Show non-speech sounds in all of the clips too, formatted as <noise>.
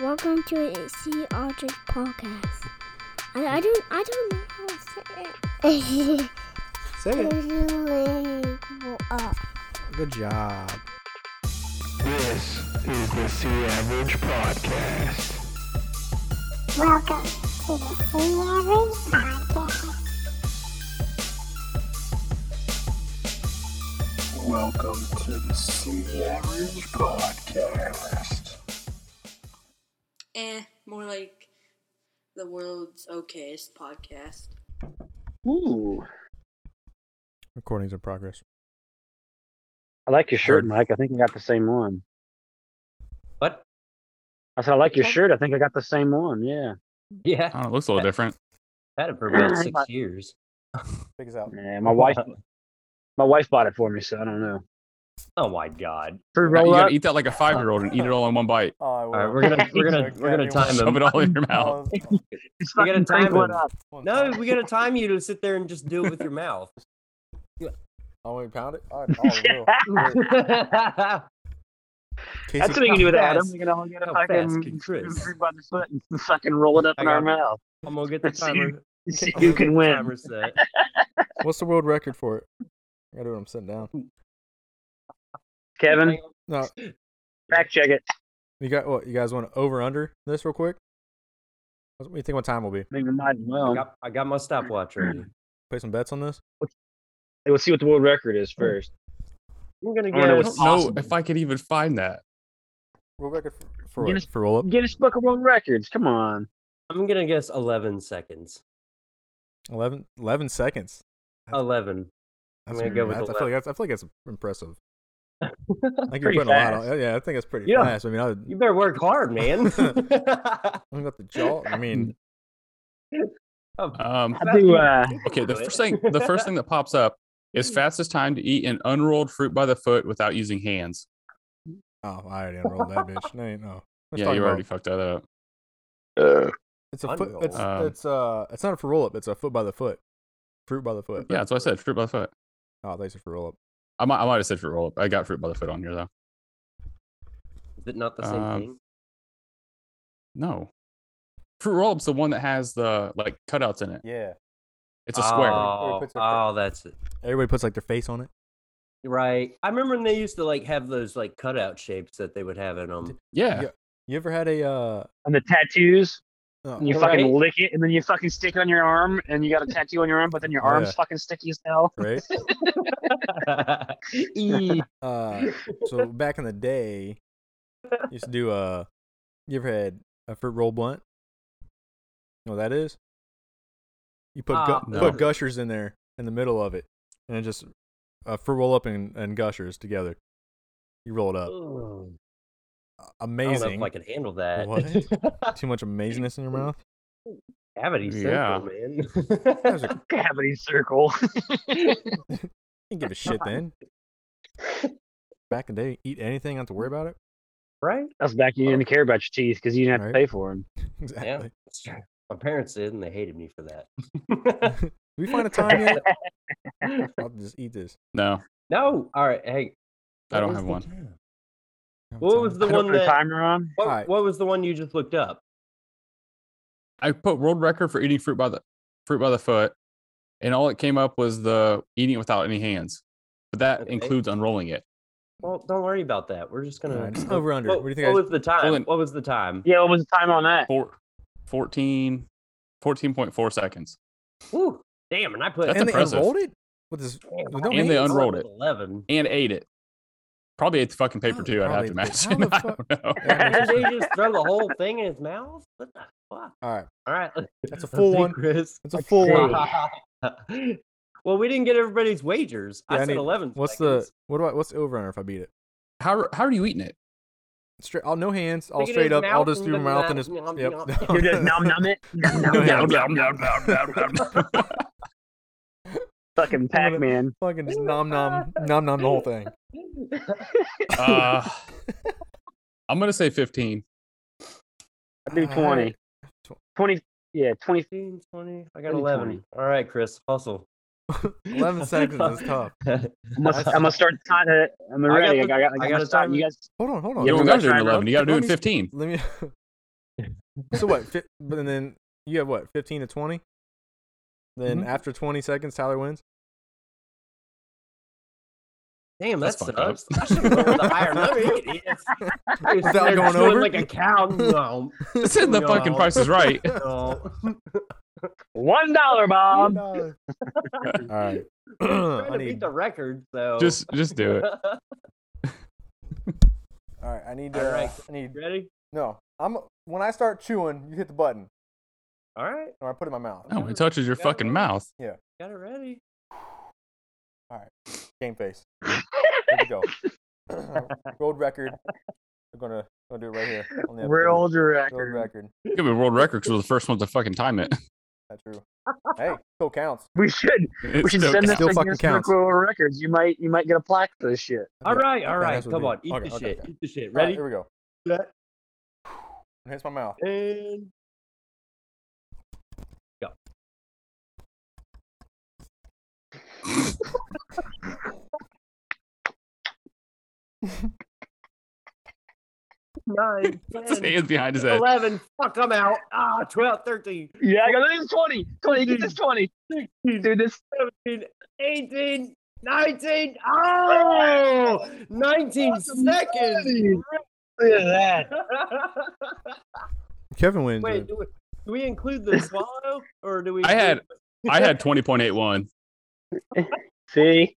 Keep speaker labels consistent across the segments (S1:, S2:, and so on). S1: welcome to a Sea Otters podcast. I, I don't I don't know how to say it.
S2: Say it. Good job.
S3: This is the Sea Average Podcast.
S4: Welcome to the Free Average Podcast.
S3: Welcome to the Sea Average Podcast.
S5: eh, more like the world's okayest podcast.
S6: Ooh,
S2: Recording's in progress.
S6: I like your shirt,
S2: Pardon?
S6: Mike. I think I got the same one.
S7: What? <laughs>
S6: I said I like your
S7: Okay.
S6: shirt. I think I got the same one. Yeah. Uh,
S7: Yeah,
S8: I don't know, it looks a little
S7: Yeah.
S8: different.
S7: had it for about six years.
S2: Big as out.
S6: Yeah, my wife, my wife bought it for me, so I don't know.
S7: Oh my god!
S6: Fruit
S8: You
S6: roll up.
S8: gotta eat that like a five year old and eat it all in one bite.
S2: Oh, I will.
S7: All right, we're gonna we're gonna
S6: <laughs>
S7: we're gonna time
S8: Shove it
S7: him.
S8: all in your mouth.
S6: It's <laughs>
S7: we gotta
S6: fucking
S7: time
S6: Frank one
S7: him.
S6: up.
S7: No, we gotta time you to sit there and just do it with
S6: <laughs>
S7: your mouth.
S2: Oh, we pound it?
S7: <laughs>
S2: All right, oh, I will. Casey,
S6: That's what we can do with Adam.
S7: fast.
S6: We can all get a
S7: How fast
S6: fucking
S7: can Chris?
S6: fruit by the foot and <laughs> fucking roll it up
S7: I
S6: in our
S7: got-
S6: mouth.
S7: I'm gonna get the
S6: See,
S7: timer.
S6: <laughs> See
S7: <laughs> I'm
S6: who
S7: gonna get
S6: can
S7: the
S6: win. <laughs>
S7: timer set.
S2: What's the world record for it? I gotta do it. I'm sitting down.
S6: Kevin,
S2: No,
S6: fact check it.
S2: you got what? You guys want to over under this real quick? What do you think my time will be?
S6: I think we might as
S7: I
S6: well.
S7: got, I got my stopwatch ready.
S2: Play some bets on this.
S6: Hey, Let's see what the world record is first.
S7: Oh. I'm gonna
S6: I wonder
S8: I
S7: guess.
S8: don't
S6: It's
S8: know
S6: possible.
S8: if I could even find that.
S2: World record for for,
S6: Guinness-
S2: what? for roll up.
S6: Guinness Book of World Records. Come on.
S7: I'm gonna guess 11 seconds.
S2: 11, 11 seconds.
S7: 11.
S2: That's,
S7: gonna go with
S2: that's- I, feel like
S7: 11.
S2: that's, I feel like that's
S7: <laughs>
S2: impressive. I think you're
S6: Pretty
S2: putting a lot.
S6: fast.
S2: On, yeah, I think that's pretty
S7: Yeah.
S2: fast. I mean, I, would-
S7: You better work hard, man.
S2: <laughs>
S7: <laughs>
S2: I got the jaw. I mean,
S7: Oh,
S8: Um,
S6: I do.
S7: <laughs>
S6: Uh,
S8: okay, the first thing the first thing that pops up is fastest time to eat an unrolled fruit by the foot without using hands.
S2: oh, I already unrolled that bitch. No, you- no. Let's
S8: yeah,
S2: talk
S8: you
S2: about-
S8: already fucked that up.
S2: It's a foot.
S7: Unrolled.
S2: It's
S8: Um,
S2: it's uh. It's not a for roll up. It's a foot by the foot. Fruit by the foot.
S8: Yeah, that's what I said. Fruit by the foot.
S2: Oh, thanks for roll up.
S8: I might, I might have said fruit roll up. I got fruit by the foot on here though.
S7: Is it not the same
S8: Um,
S7: thing?
S8: No, fruit roll up's the one that has the like cutouts in it.
S2: Yeah.
S8: It's a square.
S2: Or it
S7: Oh,
S2: puts a-
S7: oh, that's it.
S2: Everybody puts like their face on it.
S7: Right. I remember when they used to like have those like cutout shapes that they would have
S2: <laughs>
S7: in <laughs> them.
S8: yeah.
S2: Yeah. You ever had a uh? oh,
S6: and the tattoos.
S2: No,
S6: And you
S7: Right.
S6: fucking lick it, and then you fucking stick it on your arm, and you got a tattoo on your arm, but then your
S2: Oh,
S6: arm's
S2: yeah.
S6: fucking sticky as hell. <laughs>
S2: right? Uh, so back in the day, you used to do uh. You ever had a fruit roll blunt? You know what that is? You put
S7: Ah,
S2: gu-
S8: No.
S2: put gushers in there in the middle of it, and it just uh, fruit roll up and, and gushers together. You roll it up.
S7: Ooh, I don't know
S2: Amazing.
S7: if I can handle that.
S2: What? Too much amazingness in your mouth.
S7: <laughs> Cavity circle,
S8: Yeah.
S7: man. <laughs>
S2: Those are-
S6: Cavity circle.
S2: You didn't give a shit then. Back in the day, eat anything, not to worry about it. <laughs>
S7: right?
S6: That's back when you didn't care about your teeth because you didn't have
S2: Right.
S6: to pay for them.
S2: Exactly. <laughs>
S7: Yeah. <laughs> that's true. My parents did, and they hated me for that.
S2: <laughs>
S7: <laughs>
S2: Did we find a time yet? I'll just eat this.
S8: No,
S7: no. All right. Hey.
S8: I
S7: what
S8: don't
S7: was
S8: have
S7: the
S8: one.
S7: time?
S2: Have a
S7: What
S2: time.
S7: was the
S6: I don't
S7: one
S6: put a
S7: that?
S6: timer on.
S7: What,
S2: Alright.
S7: what was the one you just looked up?
S8: I put world record for eating fruit by the fruit by the foot, and all it came up was the eating it without any hands. But that
S7: Okay.
S8: includes unrolling it.
S7: Well, don't worry about that. We're just gonna
S2: All
S7: <laughs>
S2: right, just over under.
S7: What,
S2: What do you think? I
S7: what was the time?
S8: Hold on.
S7: What was the time?
S6: Yeah, what was the time on that?
S8: Four, 14, 14.4 seconds.
S7: Woo, damn, and I put
S8: That's
S2: and they
S8: impressive.
S2: unrolled it with
S7: <laughs>
S2: this.
S7: damn,
S2: with no
S7: I
S8: And they
S7: put
S2: hands?
S8: unrolled
S2: <laughs>
S8: it.
S7: Eleven. <laughs>
S8: And ate it. Probably ate the fucking paper
S2: Oh,
S8: too, I'd have to
S2: probably did. How
S8: imagine. <laughs>
S2: the
S8: I
S2: fuck-
S8: don't know.
S2: Yeah, I mean,
S7: Did he just throw the whole thing in his mouth? What the fuck?
S2: All right,
S7: All right, <laughs>
S2: That's a
S7: let's
S2: full
S7: see,
S2: one.
S7: Chris.
S2: it's a
S6: Let's
S2: full
S6: see.
S2: one.
S7: <laughs> well, we didn't get everybody's wagers.
S2: Yeah, I
S7: I said
S2: need-
S7: eleven.
S2: What's the
S7: seconds.
S2: what do I? What's the over under if I beat it?
S8: How, are- how are you
S2: <laughs>
S8: eating it?
S2: Straight, all no hands, all
S7: Look at
S2: straight
S7: his
S2: up, all
S7: mouth
S2: just
S7: and
S2: through
S7: then
S2: mouth and
S7: that-
S2: just
S7: nom,
S2: yep.
S7: nom.
S2: <laughs>
S6: You
S7: <laughs>
S6: just nom nom it. Nom, nom, nom, nom. Fucking Pac Man.
S2: Fucking just nom
S7: <laughs>
S2: nom nom nom the whole thing.
S8: Uh, I'm going to say 15.
S6: I do
S2: All
S6: 20.
S2: right.
S6: 20. Yeah, 20.
S7: 15, 20. I got
S6: Maybe
S7: 11.
S6: 20.
S7: All right, Chris, hustle. <laughs>
S2: 11 seconds is tough.
S6: I'm gonna, I'm gonna start. Time, I'm
S7: I got
S6: ready. I
S7: the-
S6: got. I got,
S7: I
S6: I
S7: got
S6: got
S7: a
S6: to start.
S7: timer.
S6: You guys.
S2: Hold on, hold on.
S8: You
S6: Yeah,
S8: don't
S6: we
S8: got
S6: got
S8: to do it in
S6: timer.
S8: 11. You got to do it in
S2: Everybody's-
S8: 15.
S2: Let me
S8: <laughs>
S2: So what? Fi- but and then you have what? Fifteen to twenty. Then
S8: Mhm.
S2: after twenty seconds, Tyler wins.
S7: Damn, that
S8: That's fucked up.
S7: sucks. I should roll the
S2: <laughs>
S7: higher limit. Idiots.
S2: Without
S7: They're
S2: going
S7: doing
S2: over?
S7: like a count. No,
S8: <laughs>
S2: <laughs>
S8: It's in the fucking
S7: No.
S8: Price is Right.
S7: no.
S6: One dollar, Bob.
S2: All right.
S7: trying
S2: <clears throat> I
S7: to
S2: need.
S7: beat the record, so
S8: Just, just
S2: <laughs>
S8: do it.
S2: All right. I need.
S7: All
S2: uh,
S7: right.
S2: I need.
S7: <laughs> ready?
S2: No. I'm. When I start chewing, you hit the button,
S7: All right,
S2: or I put it in my mouth.
S8: Oh, it touches your fucking mouth.
S7: got it ready.
S2: Game face. Here we
S7: <laughs>
S2: go. World record. We're gonna, gonna do it right here. On the episode.
S6: World
S2: World
S6: record.
S2: record.
S8: It could be a world record because we're the first ones to fucking time it. <laughs>
S2: That's true.
S7: <laughs>
S2: Hey, still counts.
S6: We should.
S8: It
S6: We should
S8: still
S6: send this
S2: still
S6: to
S2: fucking
S6: Guinness
S2: counts.
S6: Book World Records. You might, you might get a plaque for this shit.
S7: All right, all
S2: Okay,
S7: right,
S2: that's what
S7: come
S2: we-
S7: on, eat
S2: okay,
S7: the
S2: okay,
S7: shit,
S2: okay.
S7: eat the shit.
S2: All right,
S7: Ready?
S2: here we go.
S7: Set,
S2: It hits my mouth.
S7: and <laughs> nine,
S8: <laughs> His
S7: 10,
S8: hands behind his head.
S7: 11, fuck, I'm out. Ah, 12, 13,
S6: Yeah, I got this is twenty. Twenty. Dude, this is twenty. Dude, this.
S7: 17, 18, 19, oh, 19 seconds.
S6: Look at that.
S2: Kevin wins.
S7: <laughs> Wait, do we, do we include the swallow or do we?
S8: I had-
S7: include-
S8: I
S2: <laughs>
S8: had twenty point eight one.
S6: See,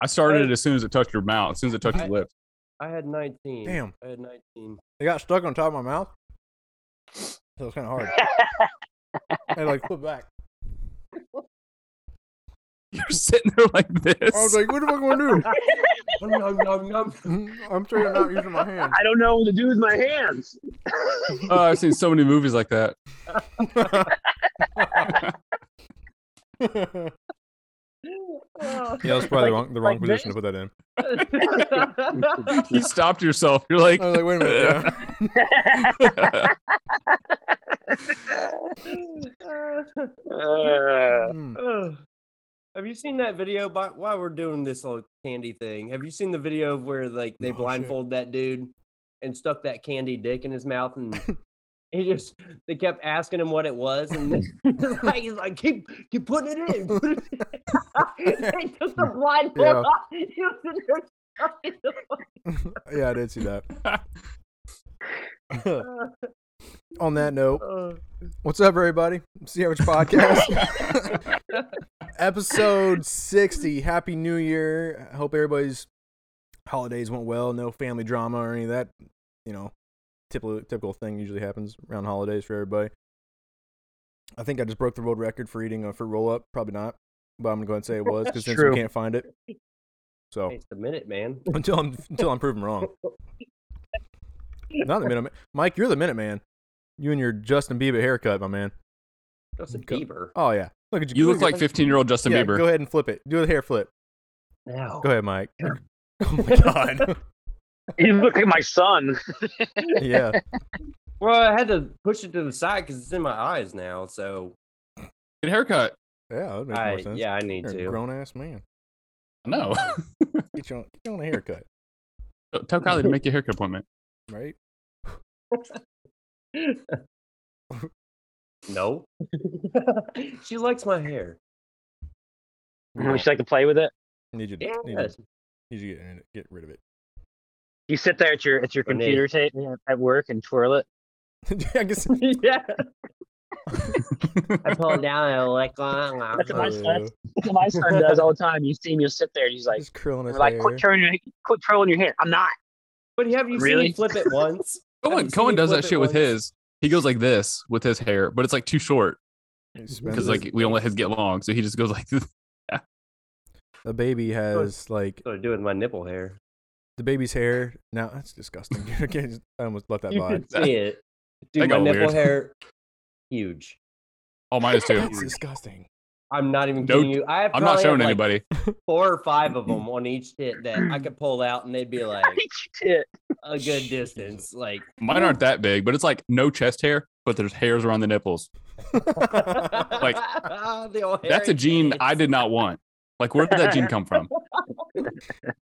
S8: I started it as soon as it touched your mouth, as soon as it touched your
S7: I-
S8: lips. <laughs>
S7: I had 19.
S2: Damn.
S7: I had 19.
S2: It got stuck on top of my mouth. So it was kind of hard.
S7: <laughs>
S2: I had to, like flip back.
S8: You're sitting there like this.
S2: I was like, what am I going to
S7: Nom, nom, nom.
S2: do? <laughs> I'm sure I'm not using my hand.
S6: I don't know what to do with my hands.
S8: oh, I've seen so many movies
S2: <laughs>
S8: like that.
S2: <laughs> <laughs>
S7: <laughs>
S2: Yeah, that's probably the wrong, the wrong position to put that in.
S8: you stopped yourself. You're like,
S2: I was like, wait a minute. yeah.
S7: <laughs>
S2: <laughs>
S6: Uh,
S2: Mm.
S7: Ugh. have you seen that video? By, while we're doing this whole candy thing, have you seen the video of where like they
S2: No, shit.
S7: blindfold that dude and stuck that candy dick in his
S2: <laughs>
S7: mouth and he just they kept asking him what it was and
S2: <laughs>
S7: like, <laughs> he's like keep keep putting it in. Put it in. <laughs> they
S2: <laughs>
S7: took the blindfold
S2: Yeah.
S7: off. <laughs> He was in there trying to- <laughs>
S2: yeah, I did see that. <laughs> on that note,
S7: Ugh.
S2: what's up, everybody? It's the Average Podcast. Episode 60. Happy New Year. I hope everybody's holidays went well. No family drama or any of that, you know, typical, typical thing usually happens around holidays for everybody. I think I just broke the world record for eating a fruit roll up. Probably not, but I'm going to go ahead and say it was because
S6: That's
S2: since
S6: true.
S2: we can't find it. So
S7: It's a minute, man.
S2: <laughs> until I'm until I'm proven wrong. Not the minute, Man. Mike. You're the minute man. You and your Justin Bieber haircut, my man.
S7: Justin
S2: Go-
S7: Bieber.
S2: Oh yeah, look at you.
S8: <laughs> you look like
S2: at-
S8: 15 year old Justin
S2: yeah,
S8: Bieber.
S2: Go ahead and flip it. Do a hair flip.
S7: Now.
S2: Go ahead, Mike. <laughs> Oh my <laughs> god.
S6: you look like my son.
S2: yeah.
S7: Well, I had to push it to the side because it's in my eyes now. So,
S8: Get a haircut.
S2: Yeah. That makes
S7: I,
S2: more sense.
S7: yeah, I need
S2: You're a
S7: to.
S2: grown ass man.
S8: No. <laughs>
S2: Get you on, get you on a haircut,
S8: Tell Kylie to make your haircut appointment. <laughs>
S2: right?
S8: <laughs>
S7: No, she likes my hair.
S6: Would you like to play with it?
S2: Need you. To,
S7: Yeah,
S2: need, you
S8: <laughs>
S2: need you to get get rid of it. <laughs>
S6: You sit there at your at your
S7: Or me.
S6: computer tape at work and twirl it.
S2: I guess. <laughs>
S7: yeah. I pull it down and I like. la, la,
S6: That's
S7: la.
S6: my son.
S2: Uh,
S6: <laughs> That's what my son does all the time. You see him, you'll sit there, and he's
S2: <laughs>
S6: like,
S2: just curling his
S6: we're like,
S2: hair.
S6: quit twirling your, quit twirling your hand. I'm not. <laughs>
S7: But have you seen
S6: Really?
S7: me flip it once?
S8: <laughs>
S7: Have you
S8: Cohen,
S7: seen
S8: Cohen
S7: me
S8: does
S7: flip
S8: that
S7: it
S8: shit with
S7: once?
S8: his. He goes like this with his hair, but it's like too short because
S2: Expensive.
S8: like we don't let his get long, so he just goes like this.
S2: the baby has like
S7: That's what I do with my nipple hair.
S2: the baby's hair. Now that's disgusting. <laughs> I can't- I almost let that
S7: You
S2: by.
S7: can see
S8: <laughs>
S7: it. Dude, my
S8: got
S7: nipple
S8: weird.
S7: hair, huge.
S8: Oh, minus two.
S2: That's disgusting. <laughs>
S7: I'm not even
S8: No-
S7: kidding you. I
S8: I'm not
S7: probably have,
S8: showing
S7: like,
S8: anybody.
S7: Four or five
S8: <clears throat>
S7: of them on each hit that I could pull out, and
S8: <laughs>
S7: they'd be like
S6: Tit.
S7: a good distance. Like
S8: Mine aren't that big, but it's like no chest hair, but there's hairs around the nipples. <laughs> Like,
S7: <laughs> The old
S8: That's a
S7: hairy
S8: gene I
S7: kids.
S8: did not want.
S6: <laughs>
S8: Like, where did that gene come from?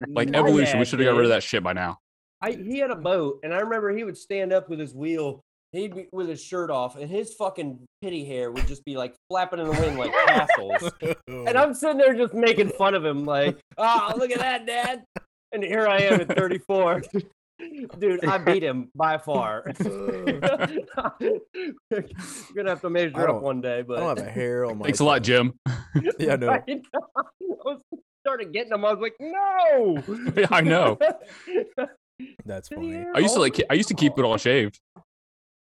S8: Like
S7: My
S8: evolution, we
S7: dad
S8: should have got rid
S7: did.
S8: of that shit by now.
S7: I, he had a boat, and I remember he would stand up with his wheel. He'd be with his shirt off, and his fucking pity hair would just be like flapping in the wind like
S2: <laughs>
S7: tassels. And I'm sitting there just making fun of him, like, "Oh, look at that, Dad!" And here I am at 34, <laughs> dude. I beat him by far. <laughs> We're gonna have
S2: <laughs>
S7: to
S2: I
S7: measure up
S2: don't-
S7: one day,
S2: I
S7: but
S2: don't have a hair on my.
S8: Thanks a lot, Jim.
S7: <laughs>
S2: Yeah, no.
S7: I know. I was- started getting them. I was like, "No."
S2: <laughs>
S8: Yeah,
S7: <laughs>
S8: I know.
S2: That's
S7: Pity
S2: funny.
S7: hair
S8: I used to
S7: all
S8: like. ke- I used to keep it all shaved,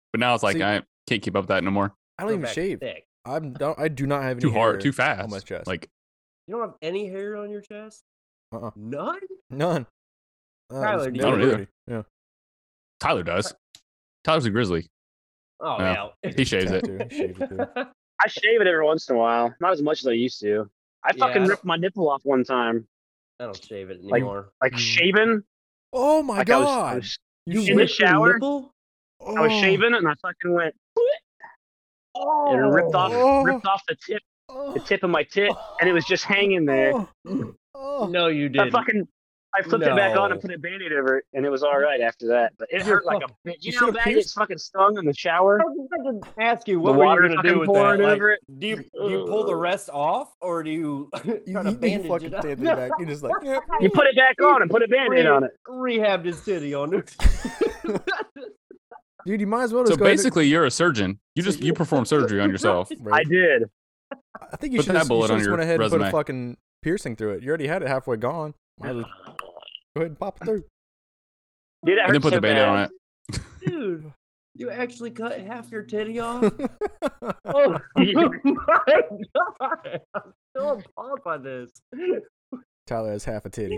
S8: but now it's like
S2: See-
S8: I can't keep up with that no more.
S2: I don't even
S7: back
S2: shave.
S7: thick.
S2: I'm don't, I do not have any
S8: Too hard,
S2: hair
S8: too fast.
S2: on my chest.
S8: Like
S7: You don't have any hair on your chest?
S2: Uh-uh.
S7: None?
S2: none. Uh, it's
S7: Tyler, do you-
S8: I don't either.
S2: dirty. Yeah,
S8: Tyler does. Tyler's a grizzly.
S7: Oh,
S8: Yeah.
S7: <laughs> no.
S8: He shaves it.
S2: tattoo. Shave it, too.
S6: I shave it every once in a while, not as much as I used to. I
S7: Yeah,
S6: fucking
S7: I
S6: ripped my nipple off one time,
S7: I don't shave it
S6: Like-
S7: anymore.
S6: like shaving.
S2: Oh Mm. my
S6: Like I was- I
S2: god!
S6: was,
S2: you
S6: in the
S2: ripped-
S6: shower.
S7: Nipple?
S6: I was
S2: oh,
S6: shaving and I fucking went. And it ripped off,
S2: Oh.
S6: ripped off the tip,
S2: oh,
S6: the tip of my tit, and it was just hanging there.
S2: oh, oh.
S7: No, you
S6: I
S7: didn't.
S6: fucking, I flipped it back on
S7: No.
S6: and put a band-aid over it, and it was all right after that. But it hurt like a bitch. You,
S2: You
S6: know
S2: should've
S6: that
S2: pierced-
S6: it's fucking stung in the shower.
S7: I was about to ask you, what
S6: The
S7: were
S6: water
S7: you going to
S6: fucking
S7: do with that?
S6: pouring
S7: Like,
S6: over it.
S7: do, you, do you pull the rest off, or do you <laughs>
S2: You,
S7: try to
S2: you, you
S7: bandage
S2: fucking
S7: it up?
S2: taped it back. You just
S7: <laughs>
S2: like yep.
S6: You put it back on and put a band-aid on it.
S7: Rehabbed his titty
S2: <laughs>
S7: on it.
S2: dude. You might as well just
S8: So
S2: go ahead and-
S8: basically, you're a surgeon. You just you perform surgery on
S6: <laughs>
S8: yourself.
S2: Right.
S6: I did.
S2: I think you
S8: Put
S2: should
S8: that
S2: just, you
S8: bullet
S2: should
S8: on
S2: just
S8: your
S2: went ahead and
S8: resume.
S2: put a fucking piercing through it. You already had it halfway gone. Might as well go ahead and pop it
S6: <laughs>
S2: through. <laughs>
S6: Dude, that
S8: And then
S6: hurt
S8: put
S6: so
S8: the band aid
S6: bad.
S8: on it.
S7: Dude, you actually cut half your titty off? Oh <laughs> my god! I'm still appalled by this.
S2: Tyler has half a titty.
S6: I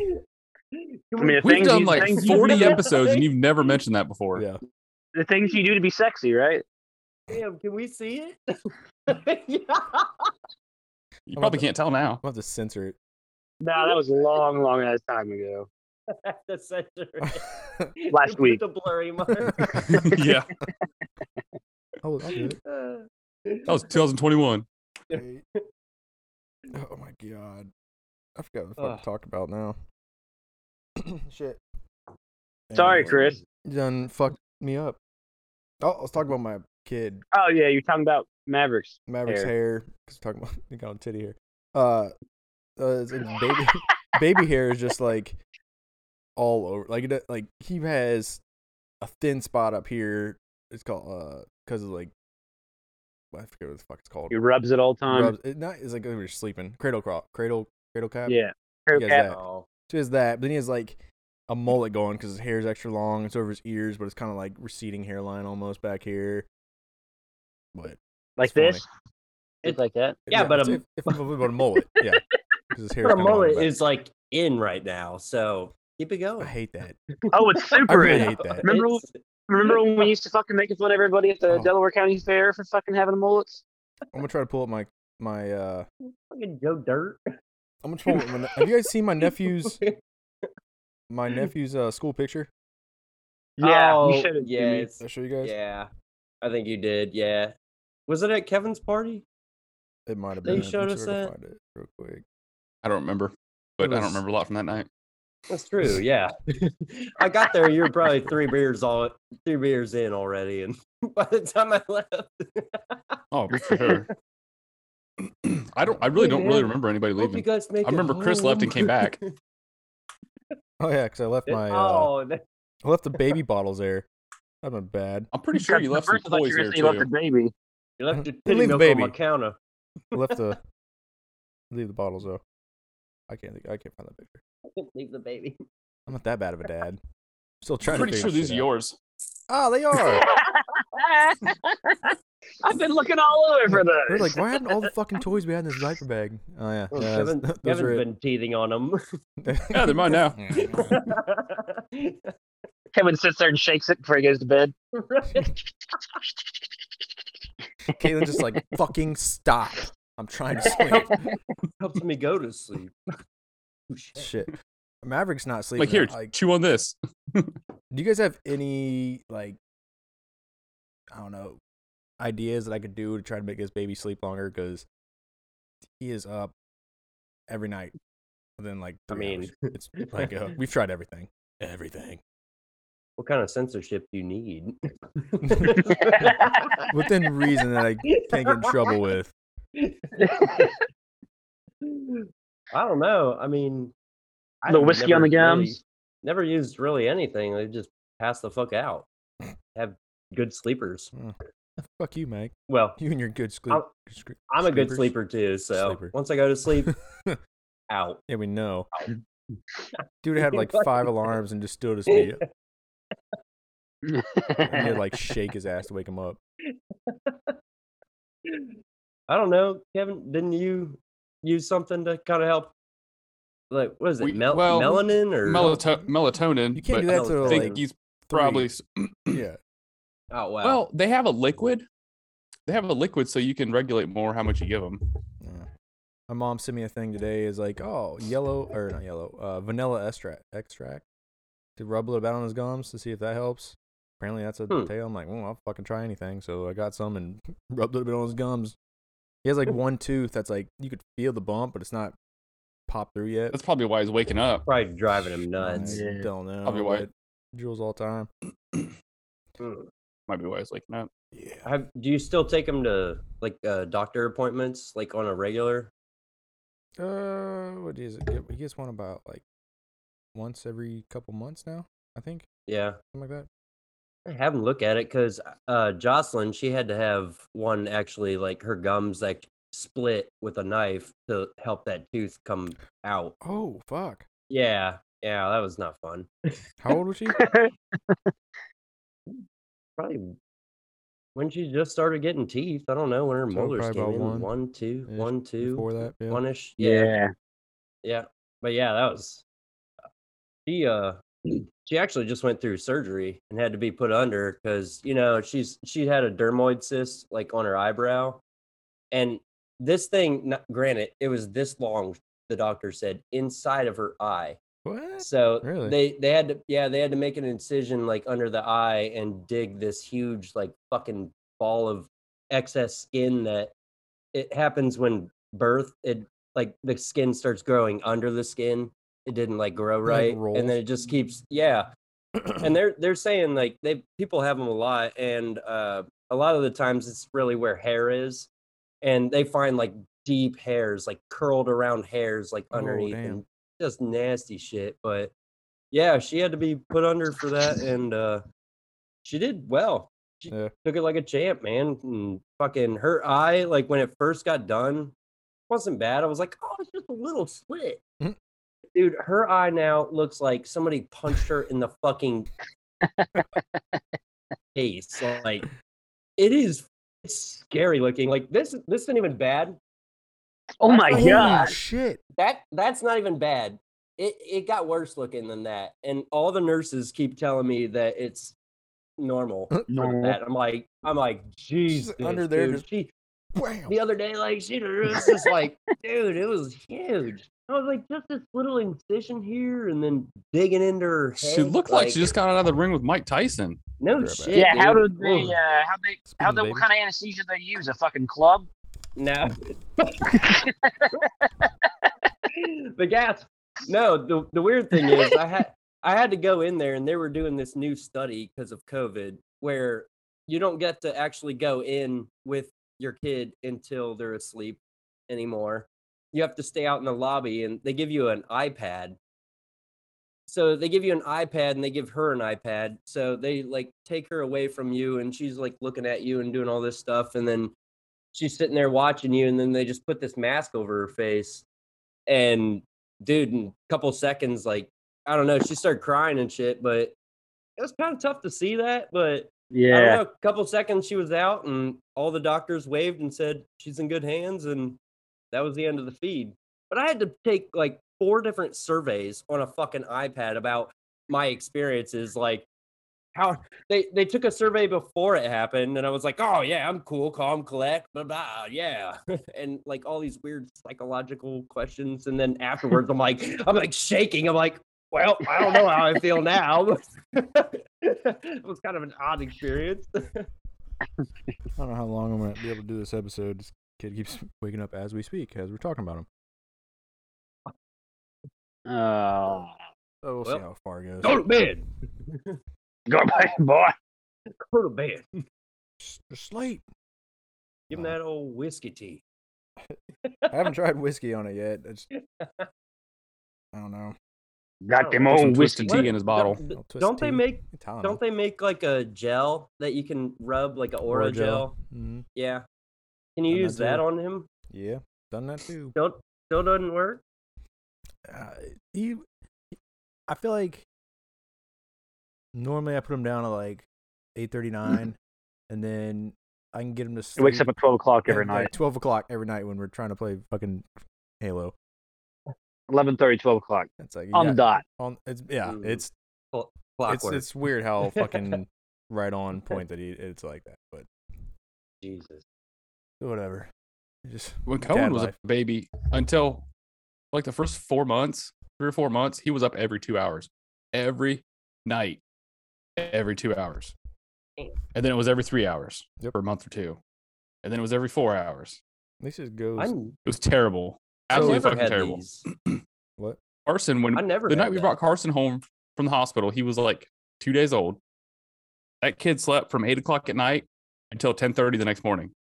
S6: mean, the
S8: We've
S6: things,
S8: done
S6: you-
S8: like
S6: things you
S8: 40
S6: do-
S8: episodes, and you've never mentioned that before.
S2: Yeah.
S6: the things you do to be sexy, right?
S7: Damn, can we see it? <laughs> yeah.
S8: You probably can't tell
S2: <laughs>
S8: now. <laughs>
S2: I'll have to censor it.
S6: No, that was a long, long ass time ago.
S7: the center.
S6: <laughs> Last
S7: Put
S6: week.
S7: The blurry mark.
S8: yeah,
S2: <laughs> Oh, I'll
S7: <laughs>
S2: do it.
S7: Uh,
S8: that was 2021.
S2: Hey. Oh my god. I forgot what the fuck
S7: Ugh.
S2: to talk about now. Shit.
S6: Sorry,
S2: Anyway,
S6: Chris.
S2: you Done fucked me up. Oh, let's talk about my kid,
S6: Oh yeah, you're talking about Mavericks.
S2: Maverick's
S6: Hair.
S2: hair. Because we're talking about <laughs> you got on titty hair. Uh, uh it's like
S6: <laughs>
S2: baby <laughs> baby hair is just like all over. Like it do- like he has a thin spot up here. It's called uh because of like I forget what the fuck it's called.
S6: He rubs it all the
S7: Um,
S6: time.
S2: Rubs- it not it's like when you're sleeping. Cradle crop, cradle, cradle cap.
S6: yeah.
S2: he
S6: Hair
S2: has
S6: cap.
S2: that.
S7: oh.
S2: So he has that. But then he has like a mullet going because his hair's extra long. It's over his ears, but it's kind of like receding hairline almost back here. But
S6: Like
S2: It's funny.
S6: this. It's like that.
S7: Yeah, but
S2: it's-
S7: a-
S2: if, if, if, but a
S7: <laughs>
S2: mullet, yeah, because his hair's
S7: But a
S2: kinda long
S7: mullet
S2: back.
S7: is like in right now, so keep it
S2: I
S7: going.
S2: hate that.
S6: Oh,
S7: <laughs>
S6: it's
S2: I
S6: super
S2: really
S6: in.
S2: hate that.
S6: Remember-
S7: It's-
S6: Remember when
S8: <laughs>
S6: we used to fucking make fun of everybody at the
S2: Oh.
S6: Delaware County Fair for fucking having mullets?
S2: I'm gonna try to pull up my my. uh
S7: fucking Joe Dirt.
S2: I'm gonna pull. Up my, ne- have you guys seen my
S7: <laughs>
S2: nephew's my nephew's uh, school picture?
S7: oh,
S6: you should have.
S7: yeah, it's-
S2: Did I show you guys?
S7: yeah. I think you did. Yeah. Was it at Kevin's party?
S2: It might have
S7: They
S2: been.
S7: showed
S2: I'm
S7: us
S2: sure to
S7: that.
S2: Find it real quick.
S8: I don't remember, but I
S7: was-
S8: don't remember a lot from that night.
S7: That's true. Yeah. I got there. You were probably three beers all three beers in already, and <laughs> by the time I left,
S8: Oh, for sure. <clears throat> I don't. I really
S7: Hey,
S8: don't really
S7: man.
S8: remember anybody
S7: hope you
S8: leaving.
S7: guys make. it
S8: remember Chris left and came
S7: home. <laughs>
S8: back.
S2: Oh yeah, because I left my uh,
S7: oh, that-
S2: I left the
S7: <laughs>
S2: baby bottles there. That'd been bad.
S8: I'm pretty sure you left some
S6: First, I thought you
S8: toys
S6: were
S8: here
S6: gonna say you left
S8: too.
S6: the baby.
S7: you
S2: <laughs>
S7: left your
S2: Leave
S7: titty
S2: the
S7: milk on my
S2: baby.
S7: counter.
S2: I left the leave the bottles though. I can't think. I can't find that picture.
S7: Leave the baby. <laughs>
S2: I'm not that bad of a dad. I'm still trying
S8: I'm pretty
S2: to
S8: sure
S2: figure
S8: these are
S2: shit out.
S8: yours.
S2: Ah, they
S8: <laughs>
S2: are.
S6: <laughs> I've been looking all over for those.
S2: We're like, why haven't all the fucking toys we had in this diaper bag? Oh yeah,
S7: Oh,
S2: yeah
S7: Kevin,
S2: those
S7: Kevin's
S2: are it.
S7: been teething on him.
S2: <laughs>
S8: Yeah, they're mine now.
S6: <laughs> Kevin sits there and shakes it before he goes to
S7: <laughs>
S6: bed.
S2: Caitlin
S6: <laughs>
S2: just
S8: <laughs>
S2: like fucking stop. I'm trying to sleep.
S7: <laughs> Helps me go to sleep. Oh, shit.
S2: Shit. Maverick's not sleeping.
S8: Like here,
S2: Like,
S8: chew on this.
S2: do you guys have any like I don't know ideas that I could do to try to make this baby sleep longer? Because he is up every night. Within like
S7: I
S2: three
S7: mean- <laughs>
S2: hours. it's like uh, we've tried everything, everything.
S7: What kind of censorship do you need?
S2: <laughs> Within reason that
S7: <laughs>
S2: I can't get in trouble with.
S7: I don't know. I mean, I
S6: The
S7: have
S6: whiskey on
S7: never
S6: the
S7: really-
S6: gums?
S7: never used really anything. They just pass the fuck out. Have good sleepers.
S2: Fuck you, Mike.
S7: Well,
S2: You and your good sleep.
S7: I'll-
S2: scre-
S7: I'm a good
S2: sleepers.
S7: sleeper too. So
S2: Sleeper.
S7: once I go to sleep, out.
S2: Yeah, we know.
S7: Oh.
S2: <laughs> Dude had
S7: You
S2: like
S7: fucking
S2: five
S7: <laughs> know.
S2: alarms and just still just be and
S6: <laughs>
S2: he'd like shake his ass to wake him up.
S7: I don't know, Kevin. Didn't you use something to kind of help? Like, what is it?
S8: We-
S7: mel-
S8: well,
S7: melanin or
S8: Melato- melatonin.
S2: You can't
S8: but
S2: do that till
S8: I think
S2: like
S8: he's probably. s-
S2: three. Yeah.
S7: Oh wow.
S8: Well, they have a liquid. They have a liquid so you can regulate more how much you give them.
S2: Yeah. My mom sent me a thing today. Is like, oh, yellow or not yellow, uh, vanilla extract. Extract to rub a little bit on his gums to see if that helps. Apparently, that's a
S7: Hmm.
S2: tail. I'm like, well, I'll fucking try anything. So I got some and <laughs> rubbed a little bit on his gums. He has like one tooth that's like you could feel the bump, but it's not popped through yet.
S8: That's probably why he's waking up.
S7: probably driving him nuts.
S2: I
S6: Yeah.
S2: don't know.
S8: Probably why-
S2: but Jules all time.
S7: Mm.
S8: Might be why he's waking up.
S2: Yeah.
S7: Have, do you still take him to like uh, doctor appointments, like on a regular?
S2: Uh, what is it? He gets one about like once every couple months now. I think
S7: Yeah,
S2: something like that.
S7: I have him look at it because uh, Jocelyn she had to have one actually like her gums like split with a knife to help that tooth come out.
S2: Oh fuck!
S7: Yeah, yeah, that was not fun.
S2: How old was she?
S7: probably when she just started getting teeth. I don't know when her
S2: So
S7: molars
S2: probably
S7: came
S2: about
S7: in.
S2: one,
S7: One, two,
S2: ish,
S7: one, <laughs> two,
S2: before that, yeah.
S7: one-ish. Yeah, yeah,
S6: yeah.
S7: But yeah, that was she. Uh, she actually just went through surgery and had to be put under because you know she's she had a dermoid cyst like on her eyebrow, and this thing. n- Granted, it was this long. The doctor said inside of her eye.
S2: What?
S7: So
S2: Really?
S7: they they had to yeah they had to make an incision like under the eye and dig this huge like fucking ball of excess skin that it happens when birth it like the skin starts growing under the skin it didn't like grow
S2: Like
S7: right
S2: rolls?
S7: and then it just keeps yeah
S2: <clears throat>
S7: and they're they're saying like they people have them a lot and uh a lot of the times it's really where hair is and they find like deep hairs like curled around hairs like
S2: Oh,
S7: underneath
S2: damn.
S7: and just nasty shit but yeah she had to be put under for that and uh she did well she
S2: Yeah.
S7: took it like a champ man and fucking her eye like when it first got done wasn't bad i was like oh it's just a little slit
S2: Mhm.
S7: dude her eye now looks like somebody punched her in the
S2: <laughs>
S7: fucking face like it is it's scary looking like this this isn't even bad
S6: Oh my
S7: That's
S2: Holy
S6: god.
S2: shit!
S7: that that's not even bad. It it got worse looking than that, and all the nurses keep telling me that it's
S8: <laughs>
S7: normal. for
S6: Normal.
S7: that. I'm like, I'm like, Jesus,
S2: under there
S7: dude."
S2: just-
S8: <laughs>
S7: She-
S2: Wow.
S7: the other day, like, she was just like, dude, it was huge. I was like, just this little incision here, and then digging into her. Head,
S8: She looked like, she just got out of the ring with Mike Tyson.
S7: no
S2: Right,
S7: shit.
S6: Yeah, how
S7: dude.
S6: did they
S7: Ugh.
S6: uh how they how
S2: Speaking
S6: they
S2: of
S6: what kind of anesthesia they use? A fucking club?
S7: No. <laughs> the gas. No, the, the weird thing is I had I had to go in there and they were doing this new study because of COVID where you don't get to actually go in with your kid until they're asleep anymore. You have to stay out in the lobby and they give you an iPad. So they give you an iPad and they give her an iPad. So they like take her away from you and she's like looking at you and doing all this stuff and then she's sitting there watching you and then they just put this mask over her face and dude in a couple seconds like i don't know she started crying and shit but it was kind of tough to see that but i don't know a couple seconds she was out and all the doctors waved and said she's in good hands and that was the end of the feed but i had to take like four different surveys on a fucking ipad about my experiences like how they they took a survey before it happened and i was like oh yeah i'm cool calm collect blah blah yeah <laughs> and like all these weird psychological questions and then afterwards i'm like i'm like shaking i'm like well i don't know how i feel now <laughs> it was kind of an odd
S8: <laughs>
S7: experience
S2: I don't know how long I'm gonna be able to do this episode. This kid keeps waking up as we speak, as we're talking about him.
S6: Oh.
S2: So we'll
S7: Well,
S2: see how far it goes.
S8: <laughs>
S7: go to bed
S6: Go <laughs> to bed, boy.
S7: Go to bed.
S2: Just, just sleep.
S7: Give him
S2: Uh,
S7: that old whiskey tea.
S2: I haven't tried whiskey on it yet.
S7: <laughs>
S2: It's, I don't know.
S7: Oh,
S6: Got them
S8: Put some
S6: old
S8: twisted
S6: whiskey
S8: tea in his bottle.
S7: Don't,
S2: Little twist
S7: don't they
S2: tea.
S7: make
S2: Tylenol.
S7: don't they make like a gel that you can rub like a aura
S2: Orajel.
S7: gel?
S2: Mhm.
S7: Yeah. Can you
S2: Done that
S7: use that
S2: too.
S7: on him?
S2: Yeah, done that too.
S7: Don't still doesn't work?
S2: Uh, he, I feel like normally I put him down at like eight thirty nine, and then I can get him to
S6: He
S2: sleep.
S6: wakes up at 12 o'clock every
S2: at, like,
S6: night.
S2: Twelve o'clock every night when we're trying to play fucking Halo.
S6: 11.30, 12 o'clock.
S2: It's like you
S6: On the
S2: got-
S6: dot.
S2: on- it's yeah,
S7: Mm,
S2: it's it's
S7: Clockwork.
S2: it's weird how fucking right on point that he it's like that, but
S7: Jesus.
S2: whatever. Just
S8: When
S2: dad
S8: Cohen was
S2: life.
S8: a baby, until like the first four months, three or four months, he was up every two hours, every night, every two hours,
S7: Damn.
S8: and then it was every three hours
S2: Yep.
S8: for a month or two, and then it was every four hours.
S2: at least it goes.
S7: I,
S8: It was terrible,
S7: I
S8: absolutely
S7: never
S8: fucking
S7: had
S8: terrible.
S7: these.
S2: what?
S8: Carson, when
S7: I never
S8: the
S7: had
S8: night we
S7: that.
S8: brought Carson home from the hospital, he was like two days old. That kid slept from eight o'clock at night until ten thirty the next morning.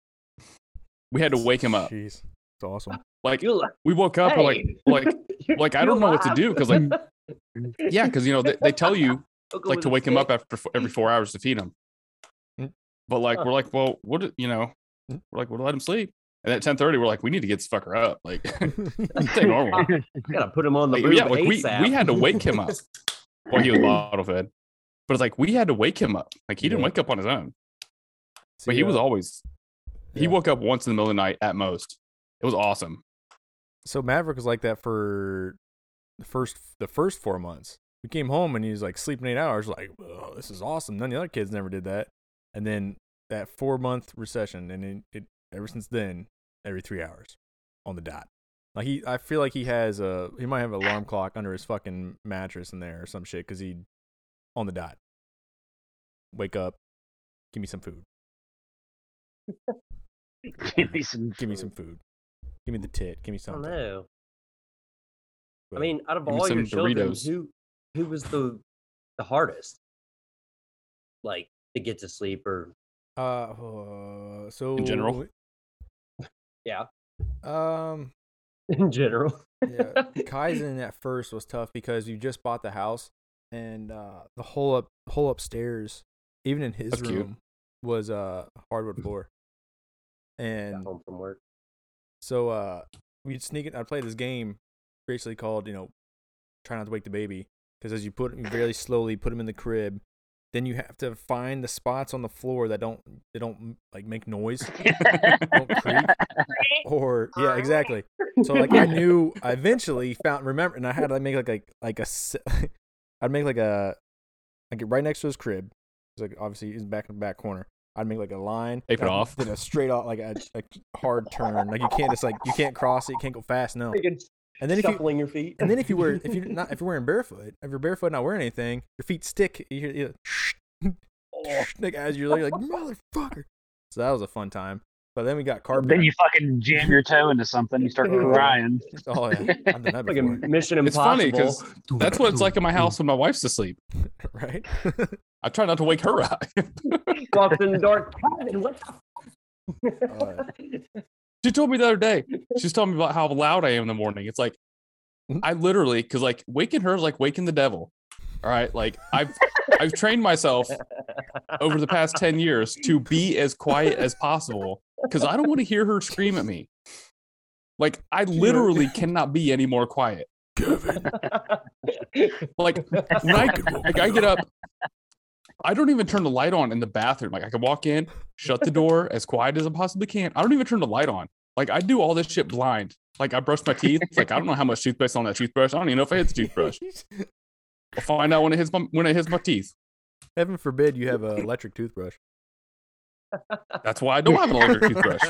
S8: We had to wake him up.
S2: Jeez, it's awesome.
S8: Like
S7: You li-
S8: we woke up we're like
S7: Hey!
S2: <laughs>
S8: like
S7: you-
S8: like, I
S7: you
S8: don't know what to
S7: alive?
S8: do, 'cause, like, yeah, because you know they, they tell you
S7: Uncle
S8: like
S7: with
S8: to
S7: a
S8: wake him up
S7: stick.
S8: after f-
S2: <laughs>
S8: every four hours to feed him.
S2: Mm.
S8: But like
S7: Huh.
S8: we're like, well, what do- you know?
S2: Mm.
S8: We're like, we'll let him sleep. And at ten thirty, we're like, we need to get this fucker up.
S2: <laughs>
S8: Like <laughs> this ain't normal.
S7: <laughs> gotta put him on the
S8: Like,
S7: boob
S8: yeah, like we,
S7: ASAP.
S8: we had to wake him
S2: <laughs>
S8: up while he was bottle fed. But it's like we had to wake him up. Like he didn't
S2: Yeah.
S8: wake up on his own. But
S2: See,
S8: he was
S2: uh,
S8: always he
S2: yeah.
S8: woke up once in the middle of the night at most. It was awesome.
S2: so Maverick was like that for the first the first four months. We came home and he was like sleeping eight hours, like "Ugh, this is awesome. None of the other kids never did that. And then that four month recession, and then it, ever since then, every three hours on the dot. Like he, I feel like he has a he might have an alarm clock under his fucking mattress in there or some shit because he on the dot. Wake up, give me some food.
S6: <laughs> Give me some.
S2: Give me some food. Give me the tit. Give me
S7: I don't
S2: something.
S7: know. I
S2: Well,
S7: mean, out of
S8: give me
S7: all your
S8: some
S7: children,
S8: Doritos.
S7: who who was the the hardest? Like to get to sleep or
S2: Uh, uh, so
S8: general?
S7: yeah, <laughs>
S2: Um,
S7: in general. <laughs>
S2: yeah. Kaizen at first was tough because you just bought the house and uh, the whole up whole upstairs, even in his
S8: That's
S2: room,
S8: cute.
S2: was uh hardwood floor.
S7: Got
S2: And
S7: home from work.
S2: so uh, we'd sneak it. I'd play this game, basically called you know, try not to wake the baby, because as you put him
S8: <clears throat>
S2: very slowly, put him in the crib. Then you have to find the spots on the floor that don't they don't like make noise, don't creak, or yeah, exactly. So like I knew I eventually found remember and I had to make like a like a s- <laughs> I'd make like a like right next to his crib. It's like obviously he's back in the back corner. I'd make like a line.
S8: Tape it
S2: and I
S8: off.
S2: Did a straight off like a, a hard turn. Like you can't just like you can't cross it. You can't go fast. No.
S7: Freaking
S2: Oh, And then if you
S7: shuffling your feet.
S2: and then if you were if
S7: <laughs>
S2: you're not if you're wearing barefoot if you're barefoot not wearing anything your feet stick you hear <laughs> you <laughs>
S7: Oh,
S2: like as you're like motherfucker. So that was a fun time. But then we got carpet.
S6: Then you fucking jam your toe into something. You
S8: <laughs>
S6: start crying.
S2: oh yeah, I've done
S6: <laughs>
S2: that before.
S7: Freaking Mission
S8: It's funny
S7: Impossible.
S8: because that's what it's like
S2: <clears throat>
S8: in my house when my wife's asleep.
S2: <laughs> right?
S8: I try not to wake her up.
S7: <laughs> Walks in the
S2: <laughs>
S7: dark. "Kevin, what the
S2: Oh, yeah.
S8: She told me the other day. She's telling me about how loud I am in the morning. It's like
S2: Mhm.
S8: I literally because like waking her is like waking the devil. All right, like I've I've trained myself over the past ten years to be as quiet as possible because I don't want to hear her scream at me. Like I literally cannot be any more quiet.
S2: <laughs>
S7: <laughs>
S8: Like when I, like I get up, I don't even turn the light on in the bathroom. Like I can walk in, shut the door as quiet as I possibly can. I don't even turn the light on. Like I do all this shit blind. Like I brush my teeth. Like I don't know how much toothpaste is on that toothbrush. I don't even know if I hit the toothbrush. I'll find out when it hits my when it hits my teeth.
S2: <laughs> Heaven forbid you have an electric toothbrush.
S8: That's why I don't have an electric toothbrush.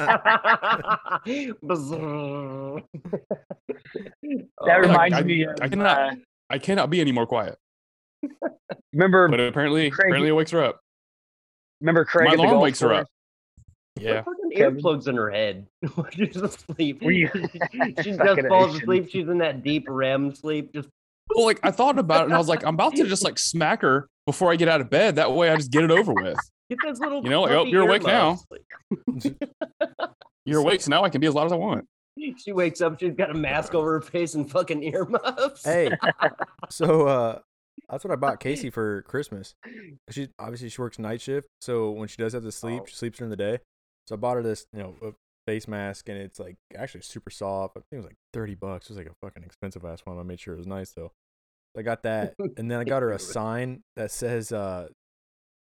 S7: Bizarre.
S6: That
S7: Oh,
S6: reminds
S8: I-
S6: me of.
S8: I cannot-
S6: uh,
S8: I cannot be any more quiet.
S6: remember,
S8: But apparently,
S6: Craig,
S8: apparently it wakes her up.
S6: remember Craig.
S8: my
S6: at the
S8: alarm
S6: golf
S8: wakes her
S6: course?
S8: up. Yeah.
S7: Freaking
S6: Kevin.
S7: earplugs in
S2: <laughs>
S7: her head. She's asleep.
S6: Were you-
S7: she just
S6: Fucking
S7: falls
S6: Asian.
S7: asleep. She's in that deep REM sleep. Just
S8: Well, like I thought about it and I was like, I'm about to just like smack her before I get out of bed. That way I just get it over with.
S7: Get those little.
S8: You know, like, oh,
S7: fluffy
S8: you're awake now.
S7: earmuffs. <laughs>
S8: You're awake, so now I can be as loud as I want.
S7: Like, she wakes up, she's got a mask over her face and fucking earmuffs.
S2: Hey, <laughs> so uh, that's what I bought Casey for Christmas. She obviously she works night shift, so when she does have to sleep, she sleeps during the day. So I bought her this, you know, a face mask, and it's like actually super soft. I think it was like thirty bucks. It was like a fucking expensive ass one. I made sure it was nice though. So I got that, and then I got her a sign that says uh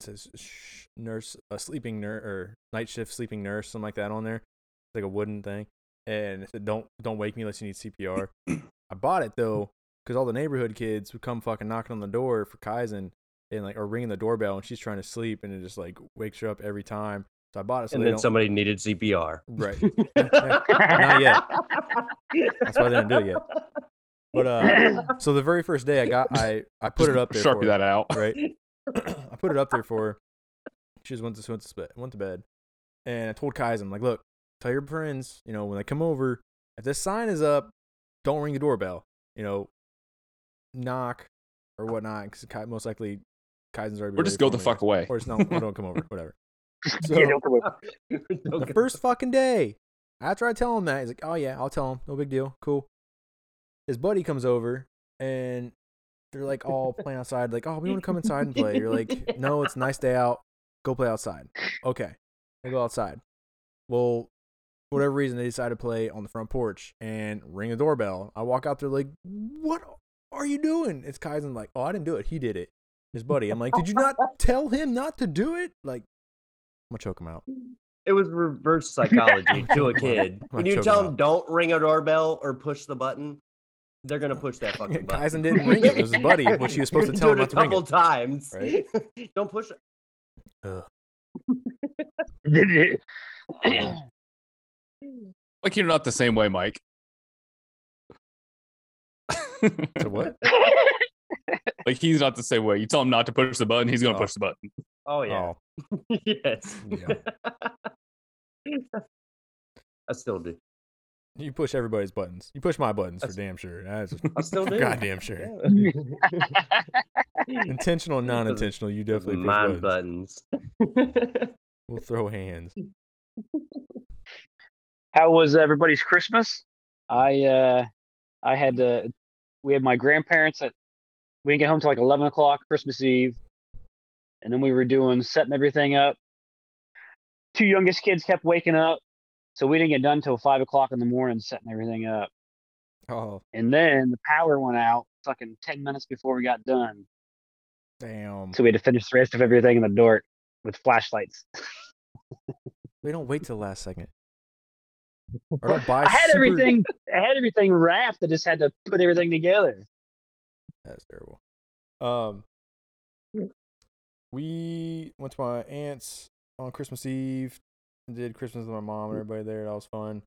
S2: says Shh, nurse a sleeping nurse or night shift sleeping nurse something like that on there. It's like a wooden thing, and it said don't don't wake me unless you need CPR. I bought it though because all the neighborhood kids would come fucking knocking on the door for Kaizen and like or ringing the doorbell and she's trying to sleep and it just like wakes her up every time. So I bought it so
S7: and
S2: they
S7: then
S2: don't
S7: somebody needed CPR. <laughs>
S2: right. <laughs> Not yet. That's why they didn't do it yet. But
S7: <laughs>
S2: uh, so the very first day I got I I put it up there for
S8: Sharpie
S2: her,
S8: that out.
S2: right. <clears throat> I put it up there for her. She just went to went to bed, went to bed, and I told Kaizen like, look, tell your friends, you know, when they come over, if this sign is up, don't ring the doorbell. You know, knock or whatnot, because most likely Kaizen's already.
S8: Or just go the fuck
S2: away.
S8: away.
S2: Or just not, or don't
S8: <laughs>
S2: come over, whatever. So,
S6: <laughs> Yeah, don't come over.
S2: the first fucking day after I tell him that, he's like, "Oh yeah, I'll tell him. No big deal. Cool." His buddy comes over and they're like <laughs> all playing outside. Like, "Oh, we want to come inside and play." You're <laughs> like, "No, it's a nice day out. Go play outside." Okay, they go outside. Well, for whatever reason, they decide to play on the front porch and ring the doorbell. I walk out there like, "What are you doing?" It's Kaizen. Like, "Oh, I didn't do it. He did it." His buddy. I'm like, "Did you <laughs> not tell him not to do it?" Like, I'm gonna choke him out.
S7: It was reverse
S2: <laughs>
S7: psychology to a kid.
S2: I'm
S7: When you
S2: choking
S7: tell
S2: up.
S7: them don't ring a doorbell or push the button, they're gonna
S2: <laughs>
S7: push that fucking
S2: Kaizen
S7: button.
S2: didn't ring it. It was
S7: <laughs>
S2: his buddy, which he was supposed to
S7: You're
S2: tell him
S7: doing
S2: not
S7: it
S2: to ring
S7: a
S2: it.
S7: couple times. <laughs> don't push. it.
S6: Did it?
S7: Well,
S8: Like you're not the same way, Mike.
S2: So what?
S8: <laughs> like he's not the same way. You tell him not to push the button, he's gonna
S2: Oh.
S8: push the button.
S7: Oh yeah.
S2: Oh,
S7: <laughs> yes.
S2: Yeah.
S7: <laughs> I still do.
S2: you push everybody's buttons. You push my buttons for
S7: That's-
S2: damn sure.
S6: <laughs>
S2: That's <laughs>
S7: I still do.
S2: goddamn sure.
S7: Yeah. <laughs>
S2: Intentional, non-intentional. You <laughs> definitely push
S7: Mine
S2: buttons.
S7: buttons.
S2: We'll throw hands.
S6: How was everybody's Christmas? I uh, I had to. We had my grandparents at. We didn't get home till like eleven o'clock Christmas Eve, and then we were doing setting everything up. Two youngest kids kept waking up, so we didn't get done till five o'clock in the morning setting everything up.
S2: Oh
S6: And then the power went out fucking ten minutes before we got done,
S2: damn!
S6: so we had to finish the rest of everything in the dark with flashlights.
S2: They don't wait till the last
S6: <laughs>
S2: second. Or don't buy
S6: I had
S2: super-
S6: everything. I had everything wrapped. I just had to put everything together.
S2: That's terrible. Um, we went to my aunt's on Christmas Eve and did Christmas with my mom and everybody there. That was fun.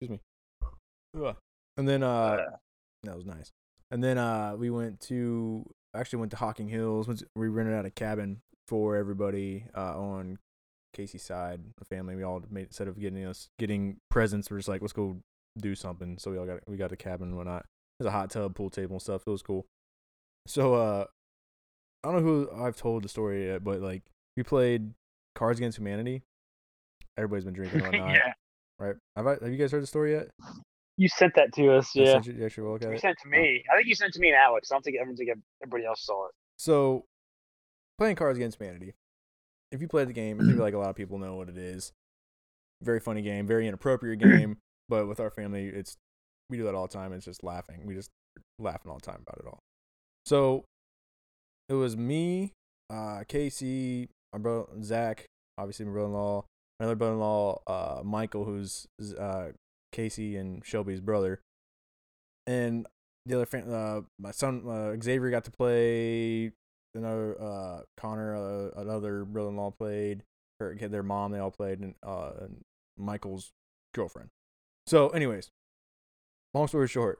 S2: Excuse me. Ugh. And then uh, that was nice. And then uh, we went to actually went to Hocking Hills. Went to- We rented out a cabin for everybody uh, on Casey's side, the family. We all made instead of getting us getting presents, we're just like, let's go do something. So we all got we got a cabin and whatnot. There's a hot tub, pool table, and stuff. It was cool. So uh, I don't know who I've told the story yet, but like we played Cards Against Humanity. Everybody's been
S6: <laughs>
S2: drinking and whatnot,
S6: yeah,
S2: right? Have I, have you guys heard the story yet?
S6: you sent that to us.
S2: I
S6: Yeah,
S2: sent you, you actually will look at
S6: you
S2: it.
S6: sent it to me.
S2: Oh.
S6: I think you sent it to me and Alex. I don't think I don't think everybody else saw it.
S2: So, playing Cards Against Humanity. If you play the game, I feel like a lot of people know what it is. Very funny game, very inappropriate game, but with our family, it's we do that all the time. It's just laughing. We just laughing all the time about it all. So, it was me, uh, Casey, my brother Zach, obviously my brother-in-law, my other brother-in-law, uh, Michael, who's uh, Casey and Shelby's brother, and the other fan, uh, my son uh, Xavier got to play. Another uh, Connor, uh, another brother-in-law played. Her, their mom, they all played, and, uh, and Michael's girlfriend. So, anyways, long story short,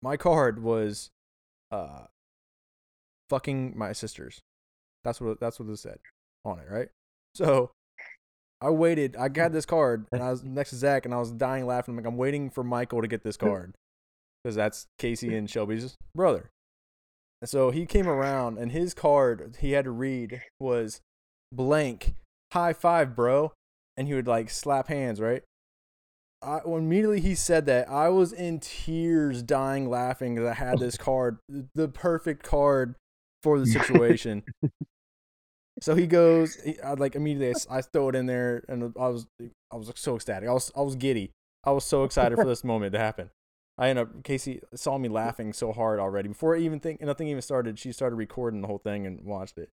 S2: my card was uh, fucking my sister's. That's what that's what it said on it, right? So I waited. I got this card, and I was next to Zach, and I was dying laughing. I'm like, I'm waiting for Michael to get this card because that's Casey and Shelby's brother. And so he came around, and his card he had to read was blank high five, bro. And he would like slap hands, right? I, well, immediately he said that, I was in tears, dying laughing because I had this card, the perfect card for the situation. so he goes, he, I like immediately, I s- I, throw it in there, and I was, I was like, so ecstatic. I was, I was giddy. I was so excited for this moment to happen. I end up Casey saw me laughing so hard already before I even think nothing even started. She started recording the whole thing and watched it.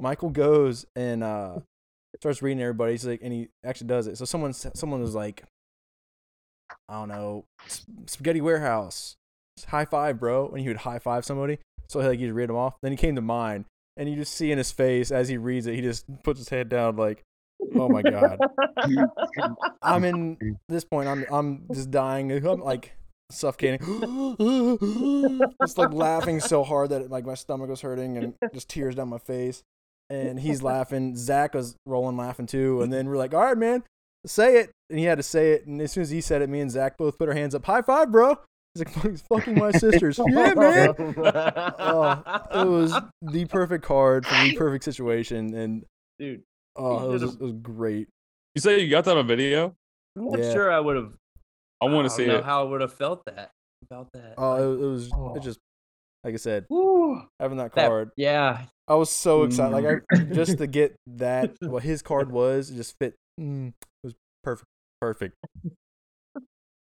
S2: Michael goes and uh starts reading everybody. He's like, and he actually does it. So someone s- someone was like, I don't know, "S- spaghetti warehouse, high five, bro, and he would high five somebody. So like he'd read them off. Then he came to mine, and you just see in his face as he reads it, he just puts his head down like, oh my
S7: <laughs>
S2: god. I'm in this point. I'm I'm just dying. <laughs> I'm like suffocating. <gasps> just like laughing so hard that like my stomach was hurting and just tears down my face. And he's laughing. Zach was rolling laughing too. And then we're like, all right, man, say it. And he had to say it. And as soon as he said it, me and Zach both put our hands up. High five, bro. He's like, "Fuck- fucking my sisters. yeah, man. Oh,
S7: <laughs>
S2: It was the perfect card for the perfect situation. And
S7: dude.
S2: oh, it was, it was great.
S8: You say you got that on video?
S7: I'm not
S2: Yeah.
S7: sure I would have.
S8: I want to see
S7: know
S8: it.
S7: How I would have felt that about that.
S2: Oh, it, it was.
S7: Oh.
S2: It just like I said,
S7: Woo,
S2: having that
S7: that- Mm-hmm.
S2: card. <laughs>
S7: yeah,
S2: I was so excited. Like I
S7: <laughs>
S2: just to get that what his card was, it just fit. Mm, it was perfect. Perfect.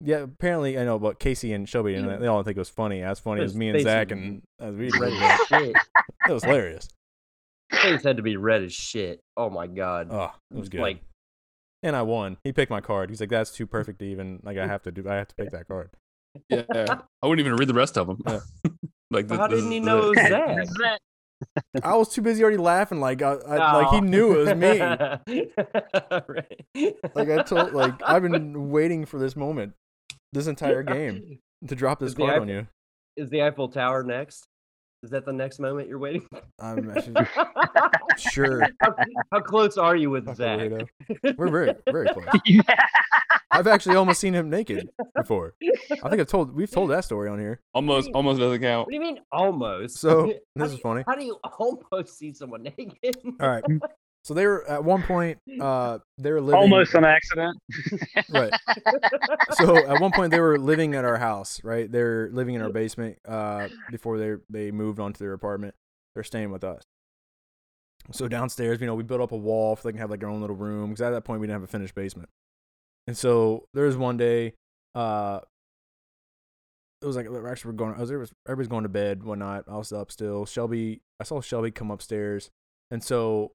S2: Yeah, apparently I know, but Casey and Shelby and they all think it was funny. As funny as
S7: His
S2: me and
S7: face
S2: Zach
S7: is-
S2: and as we read
S7: <laughs> red
S2: it,
S7: as shit.
S2: it was
S7: <laughs>
S2: hilarious.
S7: Things had to be red as shit. Oh my god.
S2: Oh, it was good.
S7: Like
S2: and I won. He picked my card. He's like, "That's
S7: <laughs>
S2: too perfect to even like. I have to do. I have to pick that card."
S8: Yeah.
S2: <laughs>
S8: I wouldn't even read the rest of them. <laughs> like,
S7: How
S8: this
S7: didn't
S8: is
S7: he
S8: it.
S7: know it was
S6: <laughs>
S7: Zach?
S2: I was too busy already laughing. Like, I, I like he knew it was
S7: <laughs>
S2: me.
S7: me.
S2: Like I told, like I've been waiting for this moment, this entire game, to drop this
S7: Is the
S2: card
S7: iP-
S2: on you.
S7: <laughs> Is the Eiffel Tower next? Is that the next moment you're waiting?
S2: <laughs>
S7: for? <laughs>
S2: I'm actually
S7: how,
S2: sure.
S7: how close are
S2: <laughs>
S7: you with
S2: fucking
S7: Zach? <laughs>
S2: weirdo. We're very, very close.
S6: <laughs> Yeah.
S2: I've actually almost seen him
S6: <laughs>
S2: naked before. I think I've told we've told that story on here.
S8: Almost, almost doesn't count.
S7: What do you mean almost?
S2: So,
S7: <laughs> How
S2: this
S7: do
S2: is
S7: you-
S2: funny.
S7: How do you almost see someone naked?
S2: All right. So they were at one point. Uh, they were living
S6: Almost an accident.
S2: right. So at one point they were living at our house, right? they were living in our basement uh, before they they moved onto their apartment. They're staying with us. So downstairs, you know, we built up a wall so they can have like their own little room because at that point we didn't have a finished basement. And so there was one day, uh, it was like we're actually we're going. I was, there was everybody's going to bed, whatnot. I was up still. Shelby, I saw Shelby come upstairs, and so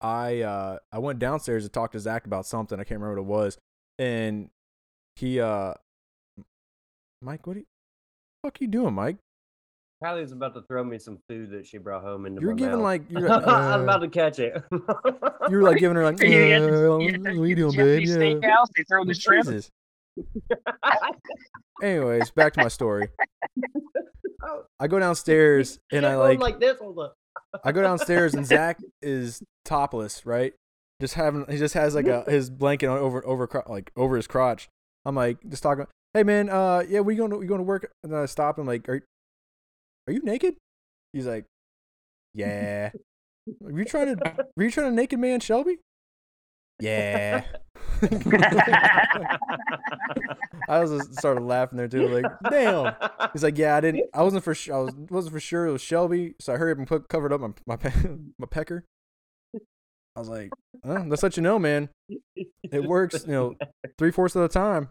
S2: I uh, I went downstairs to talk to Zach about something. I can't remember what it was and he uh Mike, what are you fuck you doing, Mike?
S7: Kylie's about to throw me some food that she brought home into
S2: You're
S7: my
S2: giving
S7: mouth. <laughs>
S2: like you're like,
S7: I'm
S2: uh,
S7: about to catch it.
S2: <laughs>
S7: <laughs>
S2: you're like giving her like
S6: <laughs>
S2: uh,
S6: Are you at the-
S2: what are you doing, babe? Yeah.
S6: Steakhouse, they throw this shrimp.
S2: Jesus. Anyways, back to my
S7: <laughs>
S2: story. I go downstairs and I
S7: I'm
S2: like
S7: this. Hold up.
S2: I go downstairs and Zach is topless, right? Just having he just has like a his blanket on over over cro- like over his crotch. I'm like just talking. Hey man, uh yeah, we going to we going to work? And then I stop him like, are are you naked? He's like, yeah. Are you trying to were you trying to naked man Shelby? Yeah. <laughs> I was just started laughing there too. Like <laughs> damn.
S7: <laughs>
S2: He's like, yeah, I didn't. I wasn't for sure. I was wasn't for sure it was Shelby, so I hurried up and put, covered up my my pe- <laughs> my pecker. I was like, oh, let's let you know, man. It works, you know, three fourths of the time.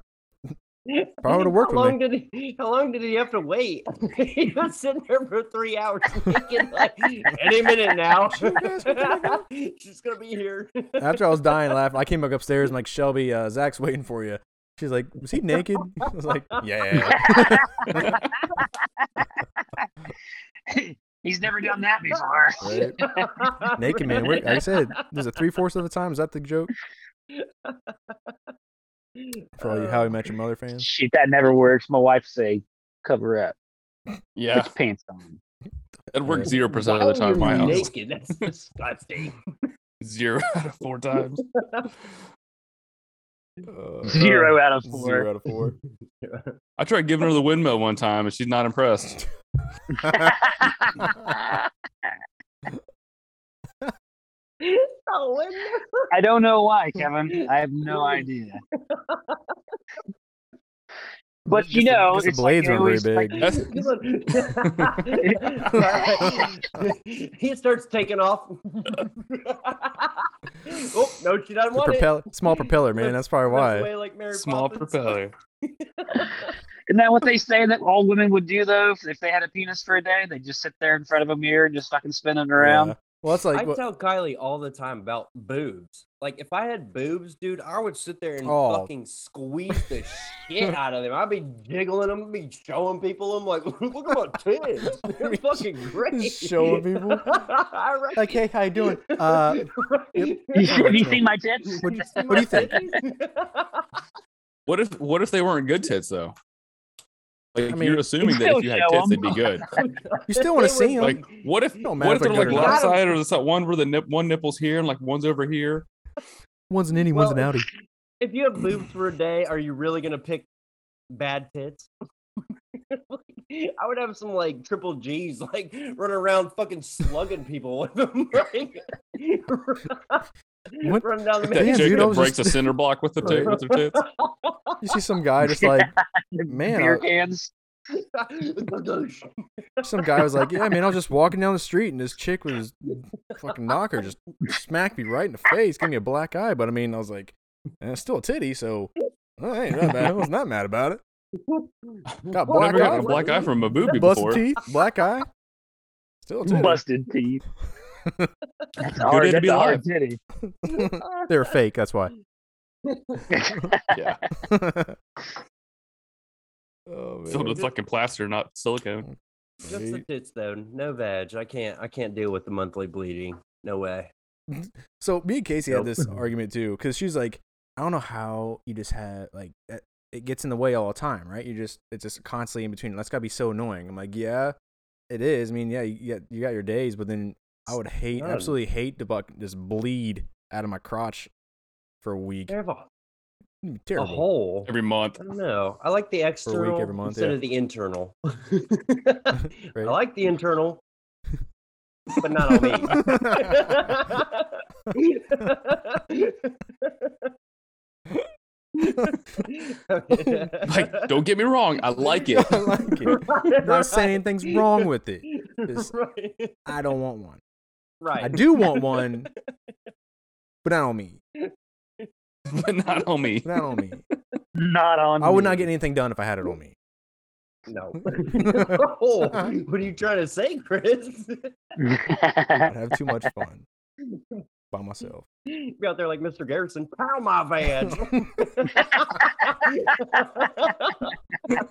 S2: probably would've worked
S7: how
S2: with
S7: long Did he, how long did he have to wait? <laughs> he was sitting there for three hours <laughs> thinking, like, any minute now.
S2: <laughs> Sure, guys, we can go.
S7: <laughs> She's going to be here.
S2: After I was dying laughing, I came back upstairs. and like, Shelby, uh, Zach's waiting for you. She's like, was he naked? <laughs> I was like, <laughs> yeah.
S6: <laughs> He's never done that
S2: <laughs>
S6: before.
S2: Right. Naked man. Where, like I said, there's a three fourths of the time. Is that the joke for
S7: Uh,
S2: all you How I Met Your Mother fans?
S6: <laughs> Shit, that never works. My wife say, cover up.
S8: Yeah.
S6: Put your pants on.
S8: It worked 0%
S7: Why
S8: of the time
S7: are
S8: in my
S7: you
S8: house. <laughs>
S7: naked? That's disgusting. <laughs>
S8: Zero out of four times.
S2: Uh,
S6: Zero out of four.
S2: Zero out of four.
S8: I tried giving her the windmill one time, and she's not impressed.
S7: oh, and
S6: <laughs> I don't know why, Kevin. I have no idea. But
S2: Just
S6: you
S2: the-
S6: know,
S2: just the
S6: it's like
S2: blades
S6: they
S2: aren't very
S6: always,
S2: big.
S6: like,
S8: That's,
S7: <laughs> he starts taking off. <laughs> oh no, she doesn't
S2: The
S7: want it.
S2: propeller, small propeller, man. That's probably
S7: Rips
S2: why.
S7: away like Mary
S8: small
S7: Poppins.
S8: propeller.
S6: Isn't that what they say that all women would do though? If- If they had a penis for a day, they just sit there in front of a mirror, and just fucking spin it around.
S2: <laughs> Yeah. Well, that's
S7: I
S2: like what-
S7: tell Kylie all the time about boobs. Like if I had boobs, dude, I would sit there and
S2: Oh.
S7: fucking squeeze the shit out of them. I'd be jiggling them, be showing people. I'm like, <laughs> look at my
S2: <laughs>
S7: tits. They're fucking great.
S2: showing people?
S7: <laughs> I reckon.
S2: like, hey, how you
S7: <laughs>
S2: doing? Uh,
S7: Right?
S6: Have you seen my tits?
S2: what,
S7: <laughs>
S2: what do you think? <laughs>
S8: What if what if they weren't good tits though? Like
S2: mean-
S8: you're assuming that
S6: Still
S8: if you had
S6: show
S8: tits,
S6: 'em.
S8: they'd be good.
S2: You still <laughs> want to
S7: They were
S2: see him?
S8: Like what if
S2: It don't
S8: what
S2: matter
S8: if
S2: if
S8: they're
S2: they're
S8: like
S2: good or not.
S8: lopsided, or is that one where the nip one nipple's here and like one's over here?
S2: one's an innie, one's an
S7: well,
S2: outie.
S7: if you have boobs for a day, are you really gonna pick bad tits? <laughs> Like, I would have some like triple G's like running around fucking slugging people with them, <laughs> right?
S2: What?
S7: Run down the
S8: That
S2: Damn,
S8: chick
S2: dude, I
S8: that
S2: was <laughs>
S8: breaks
S2: just-
S8: a cinder block with the tit with her tits.
S7: <laughs>
S2: You see some guy just like man,
S6: beer
S2: I-
S6: cans.
S7: middle.
S2: some guy was like, yeah, man, I was just walking down the street and this chick was fucking knocker just smacked me right in the face, gave me a black eye. But I mean, I was like, eh, it's still a titty, so uh, I ain't that bad. I was not mad about it. Got <laughs>
S8: I've
S2: black
S8: never gotten
S2: eye,
S8: a black eye from a boobie
S2: busted
S8: before.
S2: teeth, black eye, still a titty.
S6: Busted teeth. That's a
S8: Good
S6: hard,
S8: day to
S6: that's
S8: be
S6: a hard
S8: alive.
S6: titty. <laughs>
S2: <laughs> They're fake, that's why. <laughs>
S6: <laughs>
S8: Yeah,
S2: oh
S8: <laughs> filled
S2: man.
S8: with fucking plaster, not silicone.
S7: Just the
S2: Hey.
S7: tits though, no veg. I can't. I can't deal with the monthly bleeding. No way.
S2: So me and Casey had
S7: Nope.
S2: this argument too, because she's like, I don't know how you just have like that- it gets in the way all the time, right? You just it's just constantly in between. That's gotta be so annoying. I'm like, yeah, it is. I mean, yeah, you got you got your days, but then I would hate,
S7: None.
S2: absolutely hate to buck just bleed out of my crotch for a week.
S7: I have a,
S2: It'd be
S7: a
S2: <laughs> terrible.
S7: hole.
S8: Every month,
S7: I don't know. I like the
S2: week, every
S7: external
S2: month,
S7: instead
S2: yeah.
S7: of the internal. <laughs> I like the internal, but not
S2: <laughs>
S7: on me. <laughs>
S8: like don't get me wrong, I
S2: <laughs>
S8: like it. <laughs>
S2: I like it. I'm not saying anything's wrong with
S7: <laughs>
S2: it. Just-
S7: right.
S2: I don't want one.
S7: right.
S2: I do want one, but not on me.
S8: but not on me.
S2: Not on me.
S6: Not on.
S2: I would not
S6: me.
S2: get anything done if I had it on me.
S7: No.
S2: <laughs>
S7: <laughs> Oh, what are you trying to say, Chris? <laughs>
S2: I'd have too much fun
S7: <laughs>
S2: by myself.
S7: Be out there like Mr. Garrison, pow my van. <laughs>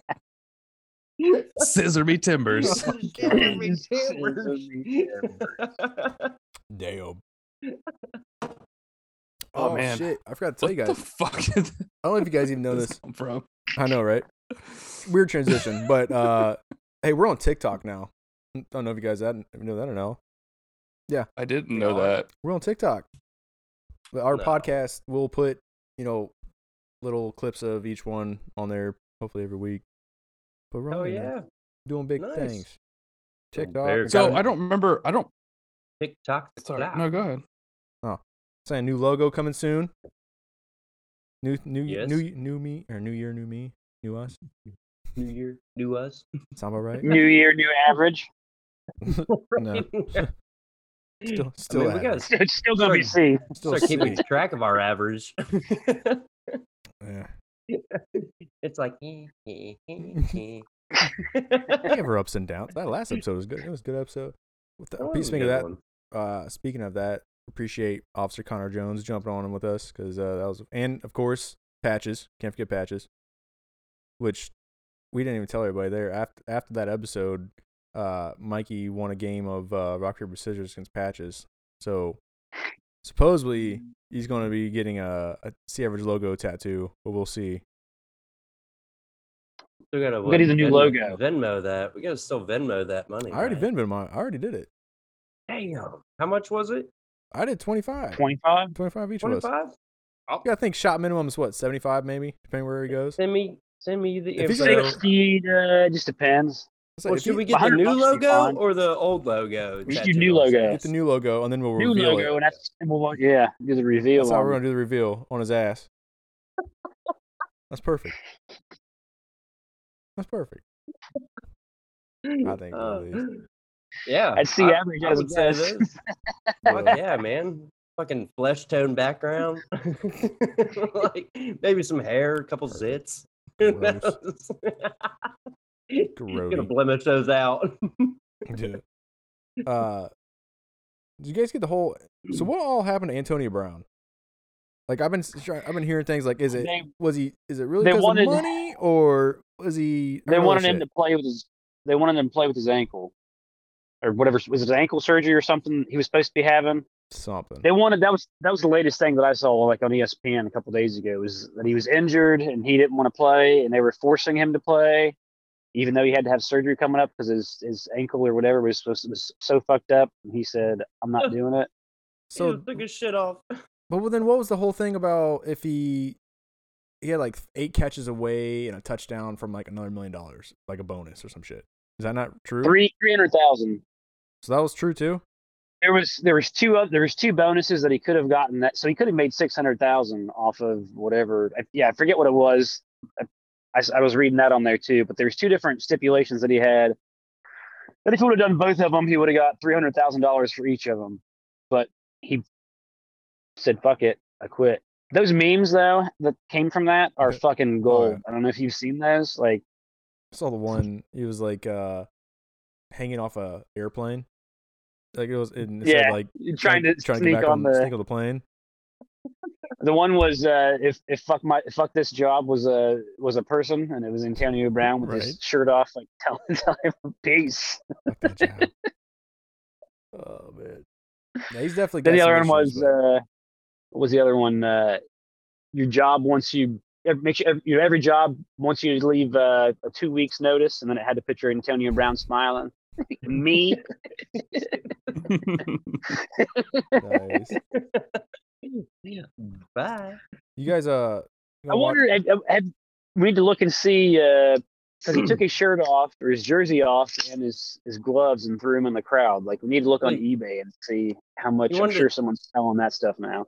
S8: Scissor
S2: <laughs>
S8: me timbers.
S2: <laughs>
S6: <laughs>
S7: Oh, <laughs>
S2: Damn.
S8: Oh,
S2: Oh,
S8: man.
S2: shit! I forgot to tell
S8: What
S2: you
S8: the
S2: guys.
S8: fuck is
S2: I don't know if you guys even know
S8: this
S7: <laughs>
S2: this.
S8: come from?
S2: I know, right? Weird transition, but uh, <laughs> hey, we're on TikTok now. I don't know if you guys that know that or no.
S8: I didn't
S7: We
S8: know
S7: are.
S8: that.
S2: We're on TikTok. But Our
S7: No.
S2: podcast will put you know little clips of each one on there, hopefully every week. But we're on
S7: Oh
S2: there now,
S7: yeah.
S2: doing big
S7: Nice.
S2: things.
S7: Doing
S2: TikTok.
S7: very
S2: got
S8: So
S2: a-
S8: I don't remember. I don't.
S7: TikTok.
S8: Sorry.
S7: stop.
S8: No, go ahead.
S2: saying new logo coming soon. New new y- new y-
S7: Yes.
S2: new me or new year, new me, new us.
S7: New year, new us.
S2: Sound about right?
S6: New year, new average.
S2: <laughs>
S6: <laughs>
S7: <laughs>
S2: No. Still,
S7: I
S2: still,
S7: mean, we
S2: at it.
S7: gotta s-
S6: It's still gonna be C.
S2: still
S7: start keeping
S2: sick.
S7: track of our
S2: <laughs>
S7: average.
S2: Yeah.
S7: it's like eh, eh,
S2: <laughs>
S7: eh,
S2: We
S7: eh.
S2: have our ups and downs. That last episode was good. It was a good episode. With the,
S7: That was a
S2: speaking of
S7: good
S2: that,
S7: one.
S2: uh, speaking of that, appreciate Officer Connor Jones jumping on with us because uh, that was, and of course Patches. Can't forget Patches, which we didn't even tell everybody there. After after that episode, uh, Mikey won a game of uh, rock paper scissors against Patches. So supposedly he's going to be getting a, a C average logo tattoo, but we'll see.
S7: Still gotta
S6: We gotta do the new
S7: Venmo-
S6: logo.
S7: Venmo that. We gotta still Venmo that money.
S2: I already
S7: right?
S2: been him. I already did it.
S7: Damn. How much was it?
S2: I did 25.
S6: Twenty-five.
S2: 25 each of us.
S7: Twenty-five.
S2: You gotta think shot minimum is what, 75 maybe, depending where he goes.
S7: Send me, send me the
S2: If he's
S7: info.
S2: gonna-
S6: 60, uh, just depends.
S2: It's like
S7: Well,
S2: if
S7: should
S2: you
S7: we get the
S6: 100
S7: new
S6: bucks would be
S7: logo
S6: fine.
S7: or the old logo?
S6: Just
S7: tattoo
S6: your new
S7: on his-
S6: logo.
S2: get the new logo and then we'll
S6: New
S2: reveal
S6: logo,
S2: it.
S6: and that's and we'll, yeah, do the reveal.
S2: That's how
S6: on
S2: we're
S6: it.
S2: gonna do the reveal on his
S6: <laughs>
S2: ass. That's perfect. That's perfect. I think.
S7: Uh,
S2: it is.
S7: <laughs> yeah,
S6: That's the
S7: I-
S6: average,
S7: I
S6: as
S7: would
S6: it
S7: say it
S6: says.
S2: <laughs>
S7: is. Fuck yeah, man. Fucking flesh tone background. <laughs> like maybe some hair, a couple zits. <laughs> Who
S2: Gross.
S7: knows? <laughs> You're Gonna
S2: Grody.
S7: blemish those out. <laughs>
S2: Dude.
S6: <laughs>
S2: Uh, did you guys get the whole? So what all happened to Antonio Brown? Like I've been s- try- I've been hearing things like, is it
S6: They-
S2: was he is it really
S6: they
S2: because
S6: wanted-
S2: of money or was he? I
S6: They
S2: don't know
S6: wanted
S2: that
S6: him to
S2: shit.
S6: play with his. They wanted him to play with his ankle, or whatever was his ankle surgery or something he was supposed to be having.
S2: something.
S6: They wanted that was that was the latest thing that I saw like on E ESPN a couple days ago was that he was injured and he didn't want to play and they were forcing him to play, even though he had to have surgery coming up because his his ankle or whatever was supposed to, was so fucked up. And he said, "I'm not doing it."
S7: So
S2: so
S7: took his shit off.
S2: But well, then what was the whole thing about if he he had like eight catches away and a touchdown from like another million dollars, like a bonus or some shit? Is that not true?
S6: Three three hundred thousand.
S2: So that was true too.
S6: There was there was two oth- there was two bonuses that he could have gotten that so he could have made six hundred thousand off of whatever I, yeah I forget what it was I, I s- I was reading that on there too but there was two different stipulations that he had that if he would have done both of them he would have got three hundred thousand dollars for each of them but he said fuck it I quit those memes though that came from that are
S2: Yeah. Oh,
S6: fucking gold
S2: yeah.
S6: I don't know if you've seen those like
S2: I saw the one he was like uh hanging off a airplane. Like it was, and it said,
S6: Yeah,
S2: like
S6: trying to
S2: like, trying
S6: sneak
S2: get back
S6: on the
S2: sneak on the plane.
S6: The one was uh, if if fuck my fuck this job was a was a person and it was Antonio Brown with his
S2: Right.
S6: shirt off like <laughs> telling telling him peace.
S2: Fuck that
S6: <laughs>
S2: job. oh man, yeah, he's definitely.
S6: Then
S2: got
S6: the other
S2: some
S6: one
S2: issues,
S6: was
S2: but-
S6: uh, what was the other one uh, your job once you ev- make sure ev- your every job wants you to leave uh, a two weeks notice and then it had to picture Antonio Brown smiling. <laughs> Me, uh,
S2: nice. Mm.
S7: Bye.
S2: You guys, uh, you
S6: <laughs> I
S2: gonna wa-
S6: wonder. Have, have- have, we need to look and see because
S7: <clears throat>
S6: he took his shirt off or his jersey off and his, his gloves and threw them in the crowd. Like we need to look on
S7: Wait.
S6: eBay and see how much.
S7: You
S6: I'm
S7: wanted-
S6: sure someone's selling that stuff now.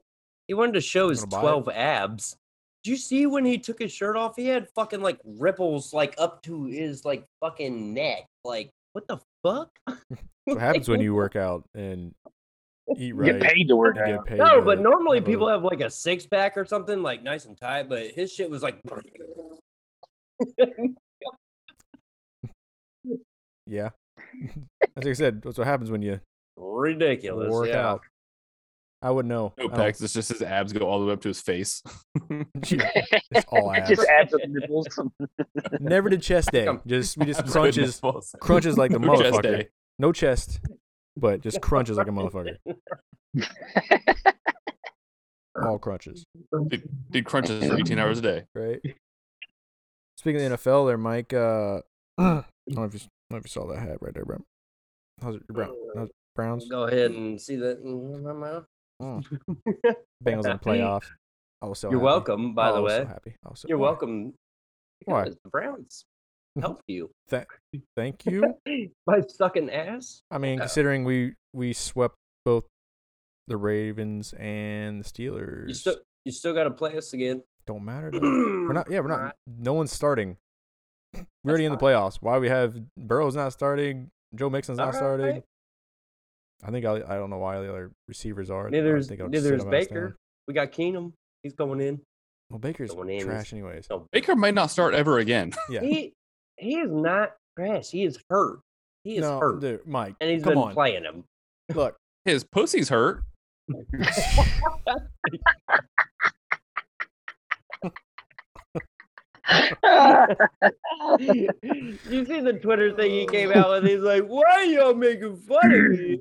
S7: He wanted to show his
S2: Wanna buy it?
S7: twelve abs. Did you see when he took his shirt off? He had fucking like ripples like up to his like fucking neck. Like what the fuck?
S2: What happens when you
S6: <laughs>
S2: work out and eat
S6: You
S2: right?
S6: get paid to work
S2: You get
S6: out.
S2: paid
S7: No,
S2: to
S7: but normally
S2: uh, have a-
S7: people have like a six pack or something, like nice and tight. But his shit was like,
S2: <laughs>
S7: <laughs>
S2: Yeah, <laughs> as I said, that's what happens when you
S7: ridiculous.
S2: work
S7: yeah.
S2: out. I would know.
S8: No
S2: I don't-
S8: pecs. It's just his abs go all the way up to his face.
S2: <laughs>
S7: <laughs>
S2: Yeah, it's all abs.
S6: Just abs with nipples.
S2: Never did chest day.
S7: I'm-
S2: Just
S8: <laughs>
S2: we just crunches,
S8: Goodness.
S2: crunches like the
S8: No <laughs> chest
S2: motherfucker.
S8: day.
S2: No chest, but just crunches like a
S7: <laughs>
S2: motherfucker. All crunches,
S8: Dude, dude crunches for
S2: um,
S8: 18 hours a day.
S2: right? Speaking of the NFL, there, Mike. Uh, <clears throat> I don't know if you, s- I don't know if you saw that hat right there, Brown. How's it, Brown? How's Browns?
S7: Go ahead and see that. Mm-hmm. in my mouth.
S2: Mm.
S7: <laughs>
S2: Bengals in the playoffs. I was so
S7: You're
S2: happy.
S7: welcome,
S2: Oh,
S7: by
S2: I
S7: the
S2: was so
S7: way.
S2: happy. I was so- oh,
S7: You're
S2: why?
S7: welcome.
S2: Why?
S7: because
S2: <laughs>
S7: The Browns help you <laughs>
S2: Thank you.
S7: by sucking ass.
S2: I mean,
S7: Yeah.
S2: considering we we swept both the Ravens and the Steelers,
S7: You still, you still got to play us again.
S2: don't matter.
S7: <clears throat>
S2: Though.
S7: we're
S2: <clears throat> We're not. Yeah, we're not.
S7: Right.
S2: No one's starting. We're already in the playoffs. Why we have Burrow's not starting, Joe Mixon's not
S7: All
S2: starting.
S7: right.
S2: I think I, I don't know why the other receivers are. I
S7: Neither is
S2: think I'll just
S7: neither
S2: sit
S7: is
S2: him as
S7: Baker.
S2: down.
S7: We got Keenum. He's going in.
S2: Well, Baker's
S7: The one in is- Oh,
S2: trash, anyways.
S7: No,
S8: Baker might not start ever again. <laughs>
S2: Yeah.
S7: he he is not trash. He is hurt. He is
S2: no,
S7: hurt,
S2: dude, Mike.
S7: and he's
S2: come
S7: been
S2: on.
S7: playing him. <laughs>
S2: Look,
S8: His pussy's hurt.
S7: you see the Twitter thing he came out with? He's like, "Why are y'all making fun of me?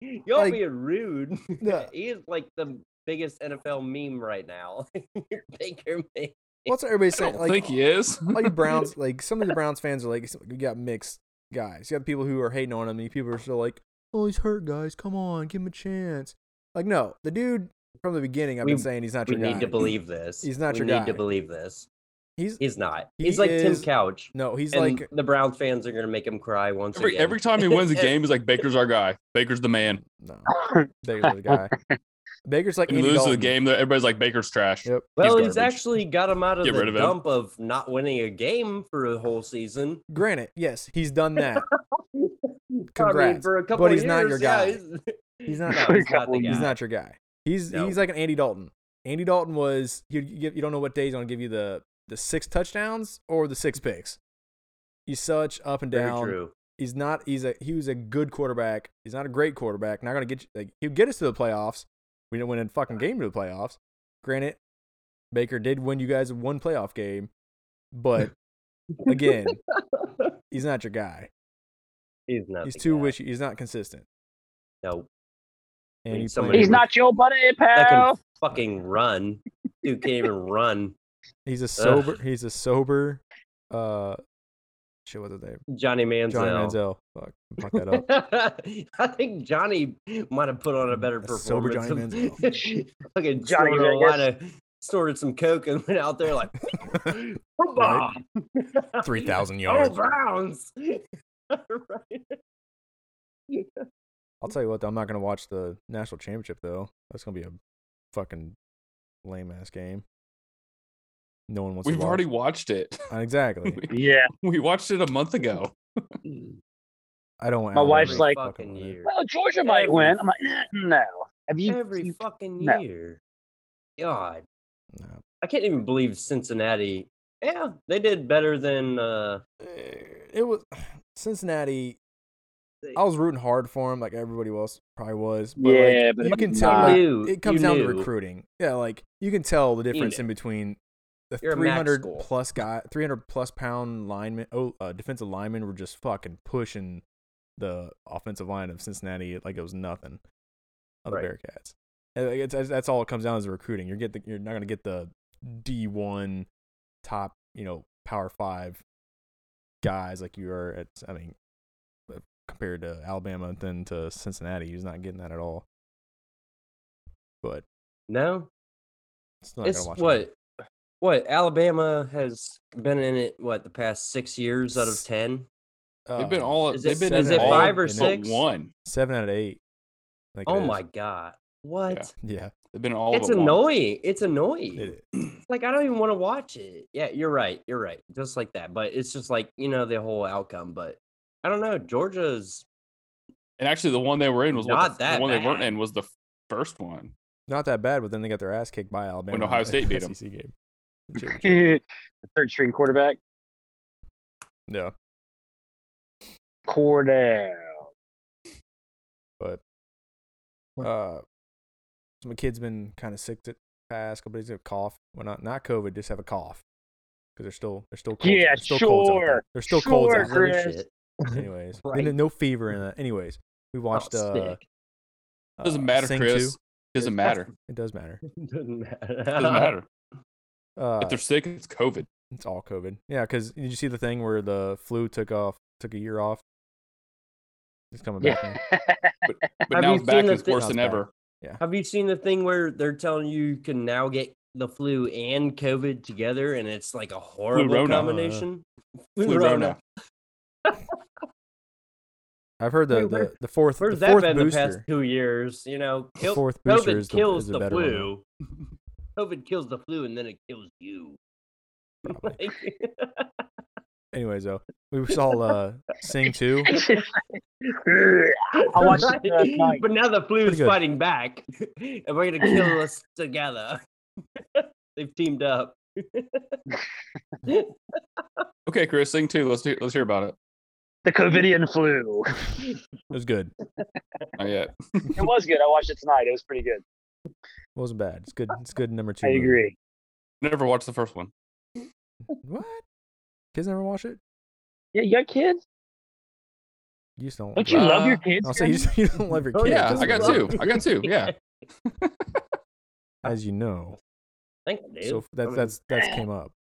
S7: <laughs> y'all
S2: Like,
S7: being rude."
S2: no.
S7: <laughs> he is like the biggest NFL meme right now. <laughs> Baker Mayfield.
S2: what's everybody
S8: I
S2: saying?
S8: don't
S2: Like,
S8: think he is.
S2: all you
S7: <laughs>
S2: Browns, like some of the Browns fans are like, it's- you got mixed guys. You got people who are hating on him, and people are still like, oh, he's hurt, guys. Come on, give him a chance. Like, no, the dude from the beginning, I've
S7: We-
S2: been saying he's not
S7: We
S2: your guy.
S7: need to believe this.
S2: He's not
S7: we
S2: your
S7: need
S2: guy.
S7: to believe this.
S2: He's
S7: He's not.
S2: He
S7: He's like Tim
S2: is-
S7: Couch.
S2: no, he's
S7: and
S2: like
S7: the Browns fans are gonna make him cry once
S8: Every,
S7: again.
S8: every time
S2: <laughs>
S7: <laughs>
S8: he wins a game, he's like, Baker's our guy. Baker's the man.
S2: no. Baker's the guy. Baker's like
S8: He
S2: Andy
S8: loses the
S2: Dalton.
S8: game, everybody's like, Baker's trash.
S2: Yep.
S7: well, he's,
S8: garbage.
S7: actually got him out of
S8: Get
S7: the
S8: rid of him.
S7: dump of not winning a game for a whole season.
S2: Granted, yes, he's done
S7: <laughs>
S2: that.
S7: I mean,
S2: Congrats.
S7: for a couple
S2: he's
S7: years,
S2: not your guy.
S7: Yeah, he's,
S2: He's not.
S7: <laughs> no, he's not the
S2: He's
S7: guy.
S2: not your guy. He's
S7: No.
S2: he's like an Andy Dalton. Andy Dalton was you you, you don't know what day he's gonna give you the the six touchdowns or the six picks. He's such up and
S7: Very
S2: down.
S7: true.
S2: He's not. He's a he was a good quarterback. He's not a great quarterback. Not gonna get you. Like, he'll get us to the playoffs. We didn't win a fucking game to the playoffs. Granted, Baker did win you guys one playoff game, but
S7: <laughs>
S2: again, he's not your guy.
S7: He's not.
S2: He's
S7: the
S2: too
S7: guy.
S2: wishy. He's not consistent.
S7: No,
S2: And
S7: Need
S2: he
S7: somebody
S2: played-
S6: He's not your buddy,
S7: that can <laughs>
S6: pal.
S7: fucking run. Dude can't even run.
S2: He's a sober. He's a sober. Uh, shit. What's his name?
S7: Johnny Manziel.
S2: Johnny Manziel. Fuck, fuck that up.
S7: <laughs> I think Johnny might have put on a better
S2: Mm, A
S7: performance.
S2: sober Johnny
S7: <laughs>
S2: <laughs>
S6: Johnny
S7: Fucking Johnny snorted a lot
S6: Vegas.
S7: of- snorted some coke and went out there like,
S2: <laughs>
S7: <laughs>
S2: Right. Three thousand
S7: Oh,
S2: yards.
S7: Browns. <laughs> Right.
S2: I'll tell you what. Though, I'm not gonna watch the national championship though. That's gonna be a fucking lame ass game. No one wants.
S8: We've
S2: to watch.
S8: already watched it.
S2: Uh, exactly.
S6: Yeah.
S8: <laughs> We watched it a month ago.
S2: I don't want.
S6: My
S2: Alabama
S6: wife's
S2: to
S6: like-
S2: fucking
S7: fucking
S2: win it.
S7: year.
S6: Well, Georgia might
S7: Every-
S6: win. I'm like, "Eh, no. Have you?
S7: Every
S6: you-
S7: fucking
S6: no.
S7: year. God.
S2: No.
S7: I can't even believe Cincinnati. Yeah, they did better than uh
S2: Eh, It was <sighs> Cincinnati.
S7: They-
S2: I was rooting hard for him, like everybody else probably was. But like,
S6: yeah, but
S2: you
S6: it's
S2: can
S7: you
S2: tell
S6: not.
S2: like,
S7: knew-
S2: Uh, it comes
S7: you
S2: down to
S7: knew.
S2: recruiting. Yeah, like you can tell the difference
S7: knew.
S2: in between the
S7: You're a max
S2: 300
S7: school.
S2: plus guy, 300 plus pound lineman, oh, uh, defensive linemen were just fucking pushing the offensive line of Cincinnati like it was nothing. Of the
S7: Right.
S2: Bearcats, And, like, it's- that's all it comes down to is recruiting. You're get the, you're not gonna get the D one top, you know, power five guys like you are at. I mean, uh, compared to Alabama, then to Cincinnati, he's not getting that at all. But
S7: No.
S2: it's not
S7: It's
S2: gonna watch it.
S7: what what Alabama has been in it what the past six years out of
S2: S-
S7: ten?
S8: They've been
S2: Uh,
S8: all.
S7: Is
S8: they've
S7: it-
S8: been
S2: is it
S8: in all
S2: five or
S8: but
S7: six?
S8: One.
S2: seven out of eight. Like
S7: Oh
S2: it is.
S7: my god. What?
S2: Yeah,
S8: They've been in all.
S7: It's
S8: but one.
S7: annoying. It's annoying.
S2: it-
S7: It's like I don't even want to watch it. Yeah, you're right. You're right. Just like that. But it's just like, you know, the whole outcome. But I don't know. Georgia's
S8: And actually, the one they were in was what
S7: Not
S8: the, f-
S7: that
S8: the one they weren't
S7: bad.
S8: in was the first one.
S2: not that bad. But then they got their ass kicked by Alabama in
S8: Ohio
S2: the
S8: State beat
S2: <laughs>
S8: 'em.
S2: SEC game.
S6: <laughs>
S8: <laughs>
S6: the third string quarterback,
S2: Yeah,
S6: Cordell.
S2: but uh, so my kid's been kind of sick the past couple days. Got a cough. Well, not not COVID. Just have a cough because they're still they're still colds,
S6: Yeah,
S2: they're still colds out
S6: sure,
S2: there. They're still colds
S6: sure,
S7: <laughs>
S2: out there.
S6: Chris.
S7: other
S2: <laughs>
S7: shit.
S2: Anyways,
S7: Right.
S2: no- no fever in that. Anyways, we watched.
S7: <laughs> Oh,
S2: uh,
S7: sick. <laughs>
S2: uh,
S8: Doesn't matter,
S2: Sing
S8: Chris.
S2: 2.
S8: Doesn't matter.
S2: It does matter.
S7: Doesn't matter. <laughs>
S8: Doesn't matter.
S2: Uh,
S8: If they're sick, it's COVID.
S2: It's all COVID. Yeah, because did you see the thing where the flu took off, took a year off? It's coming back.
S6: Yeah.
S2: now.
S8: But
S7: Have
S8: now
S7: you
S8: it's back.
S7: seen
S8: and
S7: the
S8: It's
S7: thi-
S8: worse
S2: Now
S8: than
S2: it's back.
S8: ever.
S7: Have you seen the thing where they're telling you you can now get the flu and COVID together and it's like a horrible
S2: uh,
S8: Flurona.
S7: combination?
S8: Flu Rona.
S2: I've heard the,
S7: Wait, where-
S2: the, the fourth
S7: Where's
S2: the
S7: that
S2: fourth
S7: been the past
S2: booster.
S7: two years? You know,
S2: The
S7: kill,
S2: fourth
S7: COVID
S2: booster is the-
S7: kills
S2: is
S7: the,
S2: the better one, huh?
S7: flu. COVID kills the flu and then it kills
S2: <laughs>
S7: you.
S2: Probably.
S7: Like-
S2: Anyways, though, we saw uh, Sing
S6: <laughs>
S2: two.
S6: <laughs> I watched it last
S7: <laughs> Right?
S6: night.
S7: But now the flu
S2: Pretty
S7: is
S2: good.
S7: fighting back, <laughs> and we're
S2: <laughs>
S7: gonna kill us together. <laughs> They've teamed up. <laughs>
S8: Okay, Chris, sing too. Let's do, let's hear about it.
S6: <laughs> The COVIDian flu.
S2: It was good. It
S8: Not yet.
S6: It was good. I watched it tonight. It was pretty good.
S2: wasn't bad. It's good. It's good. Number two.
S6: I
S2: movie.
S6: agree.
S8: Never watched the first one.
S2: What? Kids never watch it.
S6: Yeah, you got kids?
S2: You just don't.
S6: Don't you love your
S8: Uh,
S6: kids?
S2: I'll say you,
S6: Jeremy?
S2: just, you don't love your
S7: Oh,
S2: kids.
S7: yeah,
S8: Yeah,
S2: that's
S8: I got
S2: what it
S8: two.
S2: is.
S8: I got two. Yeah.
S2: <laughs> As you know,
S7: Thank you.
S2: so
S7: dude.
S2: f- that
S7: mean,
S2: that's that's came up. <laughs>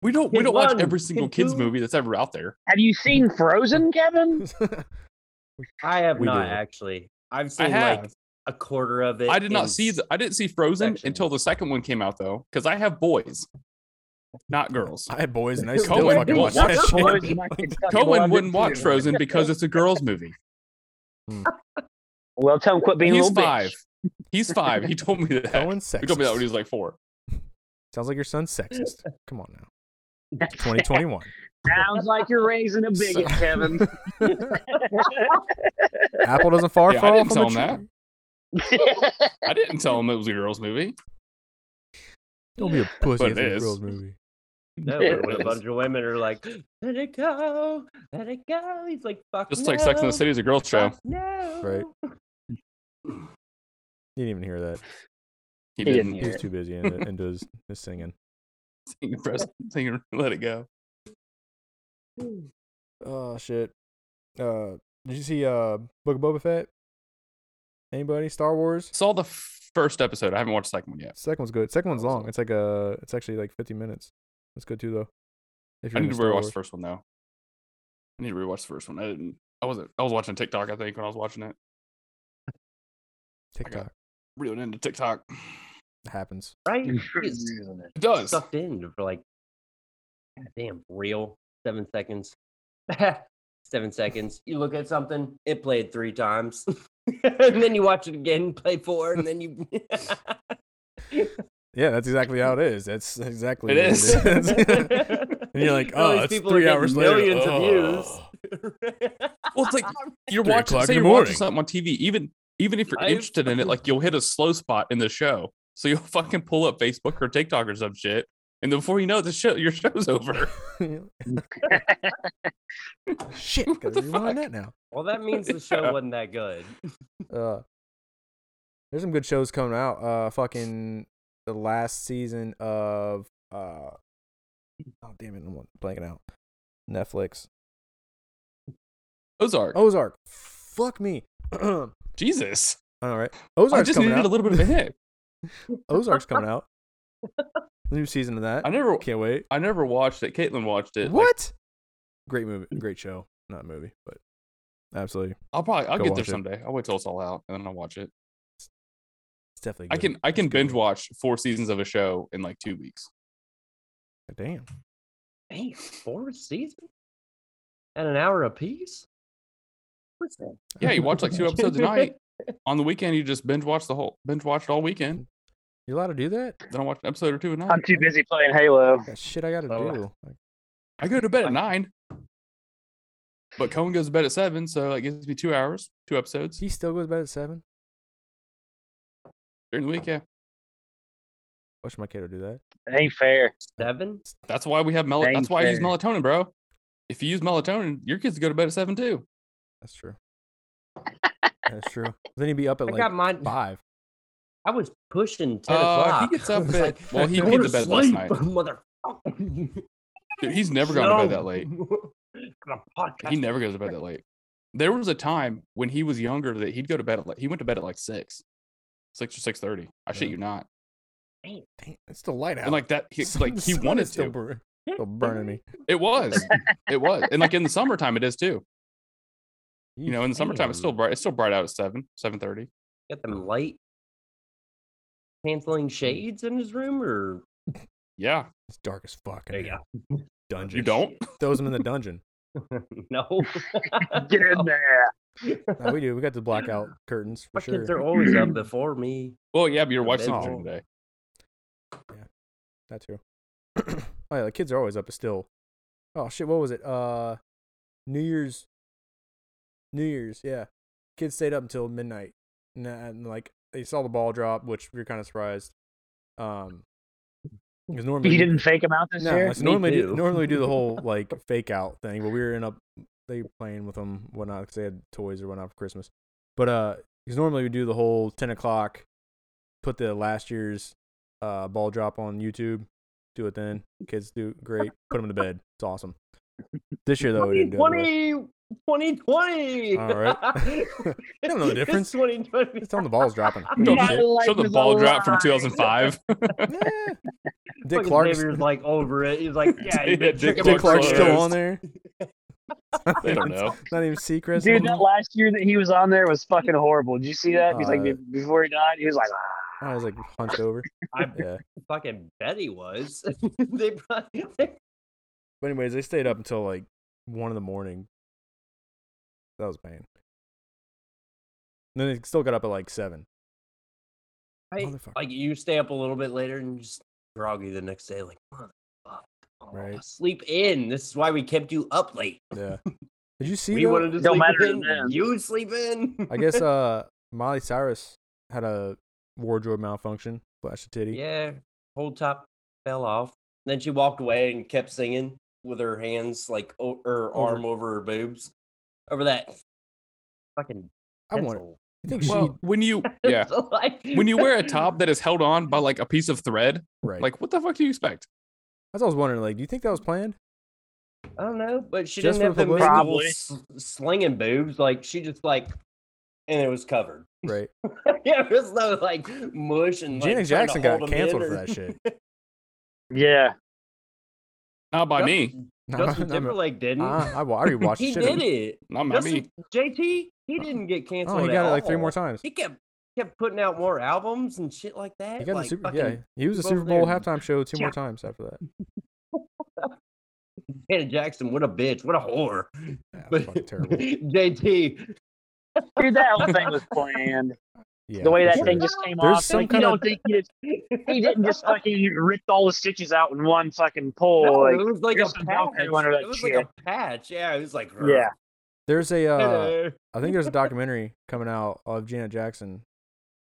S8: We don't we
S7: Kid
S8: don't watch
S7: one,
S8: every single
S7: kid
S8: kids
S7: two.
S8: movie that's ever out there.
S6: Have you seen Frozen, Kevin?
S7: I have
S2: we
S7: not
S2: do.
S7: actually. I've
S8: I
S7: seen
S8: have.
S7: like a quarter of it.
S8: I did
S7: in-
S8: not see the, I didn't see Frozen
S7: section.
S8: until the second one came out though, because I have boys, not girls.
S2: I had boys
S8: <laughs>
S2: and I still
S8: Cohen
S2: fucking watch
S8: won't
S2: that shit.
S6: <laughs>
S8: watch
S6: Boys, my kids
S2: <laughs>
S6: fucking love
S8: Cohen
S6: it
S8: wouldn't watch
S6: too. <laughs>
S8: Frozen because it's a girls' movie.
S6: Well, tell him quit
S7: <laughs>
S6: being <laughs> a
S8: He's
S6: little bitch.
S8: five. He's five. He told me that.
S2: Cohen's
S8: He told me that when he
S2: sexist.
S8: was like four.
S2: Sounds like your son's
S8: <laughs>
S2: sexist. Come on now. 2021.
S6: Sounds like you're raising a bigot,
S2: So-
S6: <laughs>
S2: <laughs>
S6: Kevin. <laughs>
S2: Apple doesn't far
S8: Yeah, I
S2: fall
S8: didn't
S2: from a
S8: tell him
S2: tree.
S8: I didn't tell him it was a girls' movie.
S2: Don't be a pussy.
S8: But
S2: It's
S8: it
S2: a
S8: is.
S2: girls movie.
S7: No, but when a bunch of women are like, "Let it go, let it go," he's like, "Fuck
S8: Just like Sex in
S7: no,
S8: the City is a girls' show.
S7: fuck No,
S2: Right. You didn't even hear that.
S6: He
S8: He didn't.
S6: didn't
S2: He
S8: <laughs>
S2: was too busy and, and does his singing.
S8: sing, press, sing, let it go.
S2: Oh shit. Uh, did you see uh Book of Boba Fett? Anybody? Star Wars?
S8: Saw the first episode. I haven't watched the second one yet.
S2: Second one's good. Second one's long. It's like uh, it's actually like 50 minutes. That's good too though. If
S8: I need
S2: into
S8: to
S2: Star
S8: rewatch the
S2: Wars.
S8: first one though. I need to rewatch the first one. I didn't. I wasn't. I was watching TikTok. I think when I was watching it,
S2: TikTok
S8: reeling into TikTok.
S2: It happens.
S7: right?
S6: You
S7: You get
S8: It does.
S7: sucked in for like, damn, real seven seconds. seven seconds. You look at something, it played three times, <laughs> and then you watch it again, play four, and then you. <laughs>
S2: Yeah, that's exactly how it is. That's exactly
S8: It
S2: what
S8: is.
S2: and you're like,
S7: All
S2: oh,
S7: these
S2: it's
S7: people are
S2: three
S7: getting
S2: hours later.
S7: millions of views.
S2: oh.
S8: Well, <laughs> it's like you're
S2: Three
S8: watching.
S2: o'clock
S8: Say
S2: in
S8: you're
S2: the
S8: watching
S2: morning.
S8: something on TV. Even even if you're
S7: I-
S8: interested in it, like you'll hit a slow spot in the show. So you'll <laughs> fucking pull up Facebook or TikTok or some shit, and then before you know it, the show your <laughs> show's over. <laughs>
S2: <laughs> Shit,
S8: What
S2: gotta
S8: the
S2: rewind
S8: fuck?
S2: that now.
S7: <laughs> Well, that means the show
S8: Yeah.
S7: wasn't that good.
S2: Uh, there's some good shows coming out. Uh, fucking the last season of uh, oh damn it, I'm blanking out. Netflix
S8: Ozark. Oh
S2: Ozark. Fuck me. <clears throat> All
S8: Jesus!
S2: right,
S8: I
S2: Ozark's
S8: just
S2: coming
S8: needed
S2: out.
S8: a little
S2: <laughs>
S8: bit of a hit.
S2: Ozark's coming
S8: <laughs>
S2: out. New season of that.
S8: I never.
S2: Can't wait.
S8: I never watched it. Caitlin watched it. like,
S2: What? Great movie. Great show. Not movie, but absolutely.
S8: I'll probably. I'll
S2: Go
S8: get there
S2: watch it.
S8: someday. I'll wait till it's all out and then I'll watch it.
S2: It's definitely.
S8: I
S2: good.
S8: can I can
S2: good.
S8: binge watch four seasons of a show in like two weeks.
S2: Damn.
S7: Hey, four seasons at an hour apiece. What's that?
S8: Yeah, you watch like two episodes a night. On the weekend, you just binge watch the whole binge watch it all weekend.
S2: You allowed to do that?
S8: Then I watch an episode or two a night.
S6: I'm too busy playing Halo.
S2: Got shit I gotta
S7: Oh.
S2: do. Like,
S8: I go to bed at nine, but Cohen goes to bed at seven, so that gives me two hours, two episodes
S2: he still goes to bed at seven.
S8: during the week. Yeah,
S2: Wish my kid would do that.
S6: Ain't fair.
S7: Seven?
S8: that's why we have mel.
S6: Dang
S8: That's why I use
S6: fair.
S8: melatonin, bro. If you use melatonin, your kids go to bed at seven too.
S2: That's
S7: <laughs>
S2: true. That's true. Then he'd be up at
S7: I
S2: like
S7: got mine.
S2: five.
S7: I was pushing ten
S8: Uh, he
S7: o'clock. <laughs>
S8: gets
S7: I
S8: up
S7: was
S8: at well, he
S7: "Go
S8: went to bed last
S7: sleep, <laughs>
S8: night.
S7: Motherfucker.
S8: Dude, he's never gone to bed that late.
S7: <laughs> Got a podcast.
S8: He never goes to bed that late. There was a time when he was younger that he'd go to bed at like he went to bed at like six, six or six thirty. I shit
S2: Yeah.
S8: you not.
S2: Dang, it's still light out.
S8: And like that,
S2: <laughs>
S8: he,
S2: Sun-
S8: like he
S2: sun
S8: wanted
S2: is still
S8: to.
S2: burn- still burning
S7: <laughs>
S2: me.
S8: It was, it was, and like in the summertime, it is too. You know, in the summertime, it's still
S7: Damn.
S8: bright. It's still bright out at seven, seven thirty.
S7: Got them light canceling shades in his room, or
S8: Yeah,
S2: It's dark as fuck. in
S7: there you
S2: Dungeon.
S8: you don't.
S2: Throws him in the dungeon.
S7: go. <laughs> no,
S6: Get
S7: <laughs>
S6: in there.
S2: No, we do. We got the blackout curtains for
S7: My
S2: sure.
S7: kids are always
S8: <clears throat>
S7: up before me.
S8: <laughs> Well, yeah, but your
S7: Oh,
S8: wife's
S7: baby.
S8: sleeping during the day.
S2: That too. <clears throat> oh yeah, the kids are always up but still. Oh shit, what was it? Uh New Year's New Year's, yeah. Kids stayed up until midnight. And, uh, and like they saw the ball drop, which we were kind of surprised. Um because normally
S6: You didn't fake him out this
S2: no,
S6: year?
S2: it's normally do,
S7: too.
S2: normally do the
S8: <laughs>
S2: whole like fake out thing, but we were in up they were playing with them whatnot because they had toys or whatnot for Christmas. But uh, because normally we do the whole ten o'clock, put the last year's uh ball drop on YouTube, do it then. Kids do great, put them to bed. It's awesome. This year though, we didn't do it. that way.
S7: 2020! 2020!
S2: All right.
S7: <laughs>
S2: <laughs> I don't know the difference.
S7: 2020.
S2: It's on the balls
S8: <laughs>
S2: dropping. Who
S8: Don't
S2: gives a
S8: shit.
S2: shit?
S6: life
S8: Show the
S6: is a
S8: ball drop from
S6: lie.
S8: 2005.
S2: Nah. Dick
S7: Fucking
S2: Clark's
S7: Xavier's like over it. He's like, yeah,
S8: <laughs> Yeah,
S7: you've been
S8: Dick
S7: drinking
S2: Dick
S8: Clark's
S2: Clark's
S7: Monster
S2: still
S8: <laughs> closed.
S2: on there.
S8: <laughs>
S2: <laughs>
S8: They don't know.
S2: Not even secrets.
S6: Dude, that last year that he was on there was fucking horrible. Did you see that? He's like
S2: Uh,
S6: be- before he died, he was like, "Ah."
S2: I
S7: <laughs>
S2: was like hunched over.
S7: I
S2: Yeah.
S7: fucking bet he was. <laughs> they probably,
S2: But anyways, they stayed up until like one in the morning. That was pain. And then they still got up at like seven.
S7: I-
S2: Motherfucker.
S7: like you stay up a little bit later and you're just groggy the next day, like motherfucker. I wanna
S2: Right.
S7: Sleep in. This is why we kept you up late.
S2: Yeah. Did
S7: <laughs>
S2: you see?
S7: We
S2: though-
S7: wanted to
S6: Don't
S7: sleep
S6: matter to
S7: in.
S6: them.
S7: You would sleep in. <laughs>
S2: I guess uh Molly Cyrus had a wardrobe malfunction, flash a titty.
S7: yeah. Whole top fell off. Then she walked away and kept singing with her hands like o- her
S2: Over-
S7: arm over her boobs, over that fucking.
S2: I wonder.
S7: <laughs> pencil.
S2: I think
S8: Well, when you
S7: It's
S8: yeah,
S7: like-
S8: when you wear
S7: <laughs>
S8: a top <laughs> that is held on by like a piece of thread,
S2: she right. Like
S8: like what the fuck do you expect?
S2: that's what I was wondering. Like, do you think that was planned?
S7: I don't know, but she
S2: Just
S7: didn't have
S2: for
S7: them big
S2: publicity?
S7: little s- slinging boobs. Like she just like, and it was covered. <laughs>
S2: Right. <laughs>
S7: yeah, there was no like mush and.
S2: Janet
S7: like, trying to
S2: Jackson got
S7: hold 'em in
S2: canceled
S7: or-
S2: for that shit.
S7: <laughs>
S6: "Yeah,
S8: Not by me.
S7: Justin-
S2: <laughs> No,
S7: Justin
S2: no,
S7: Timberlake didn't.
S2: I,
S7: <laughs>
S2: I, wa- I already watched
S7: he
S2: the shit. out of
S7: did
S2: it.
S7: it.
S8: Not by me.
S7: Justin, JT, he didn't get canceled.
S2: Oh, he
S7: at
S2: got it like three more
S7: all.
S2: times.
S7: He kept kept putting out more albums and shit like that.
S2: He got
S7: like,
S2: the super.
S7: fucking
S2: Yeah, he was a
S7: both
S2: Super Bowl
S7: there.
S2: halftime show two more times after
S7: <laughs>
S2: that.
S7: Janet Jackson, what a bitch, what a whore.
S2: Yeah,
S7: But
S2: but, fucking
S7: <laughs>
S2: terrible.
S7: JT,
S6: dude, that whole thing was planned.
S2: Yeah,
S6: the way
S2: for
S6: that
S2: sure.
S6: thing just came
S2: There's
S6: off,
S2: some
S6: like, you
S2: kinda-
S6: don't think he, just,
S2: <laughs>
S6: he didn't just fucking ripped all the stitches out in one fucking pull.
S7: no,
S6: like,
S7: it was like a
S6: here's some
S7: patch.
S6: Velcro under that
S7: it was like
S6: shit.
S7: a patch. Yeah, it was like
S6: yeah,
S2: There's a. Uh,
S7: hello.
S2: I think there's a documentary coming out of Janet Jackson.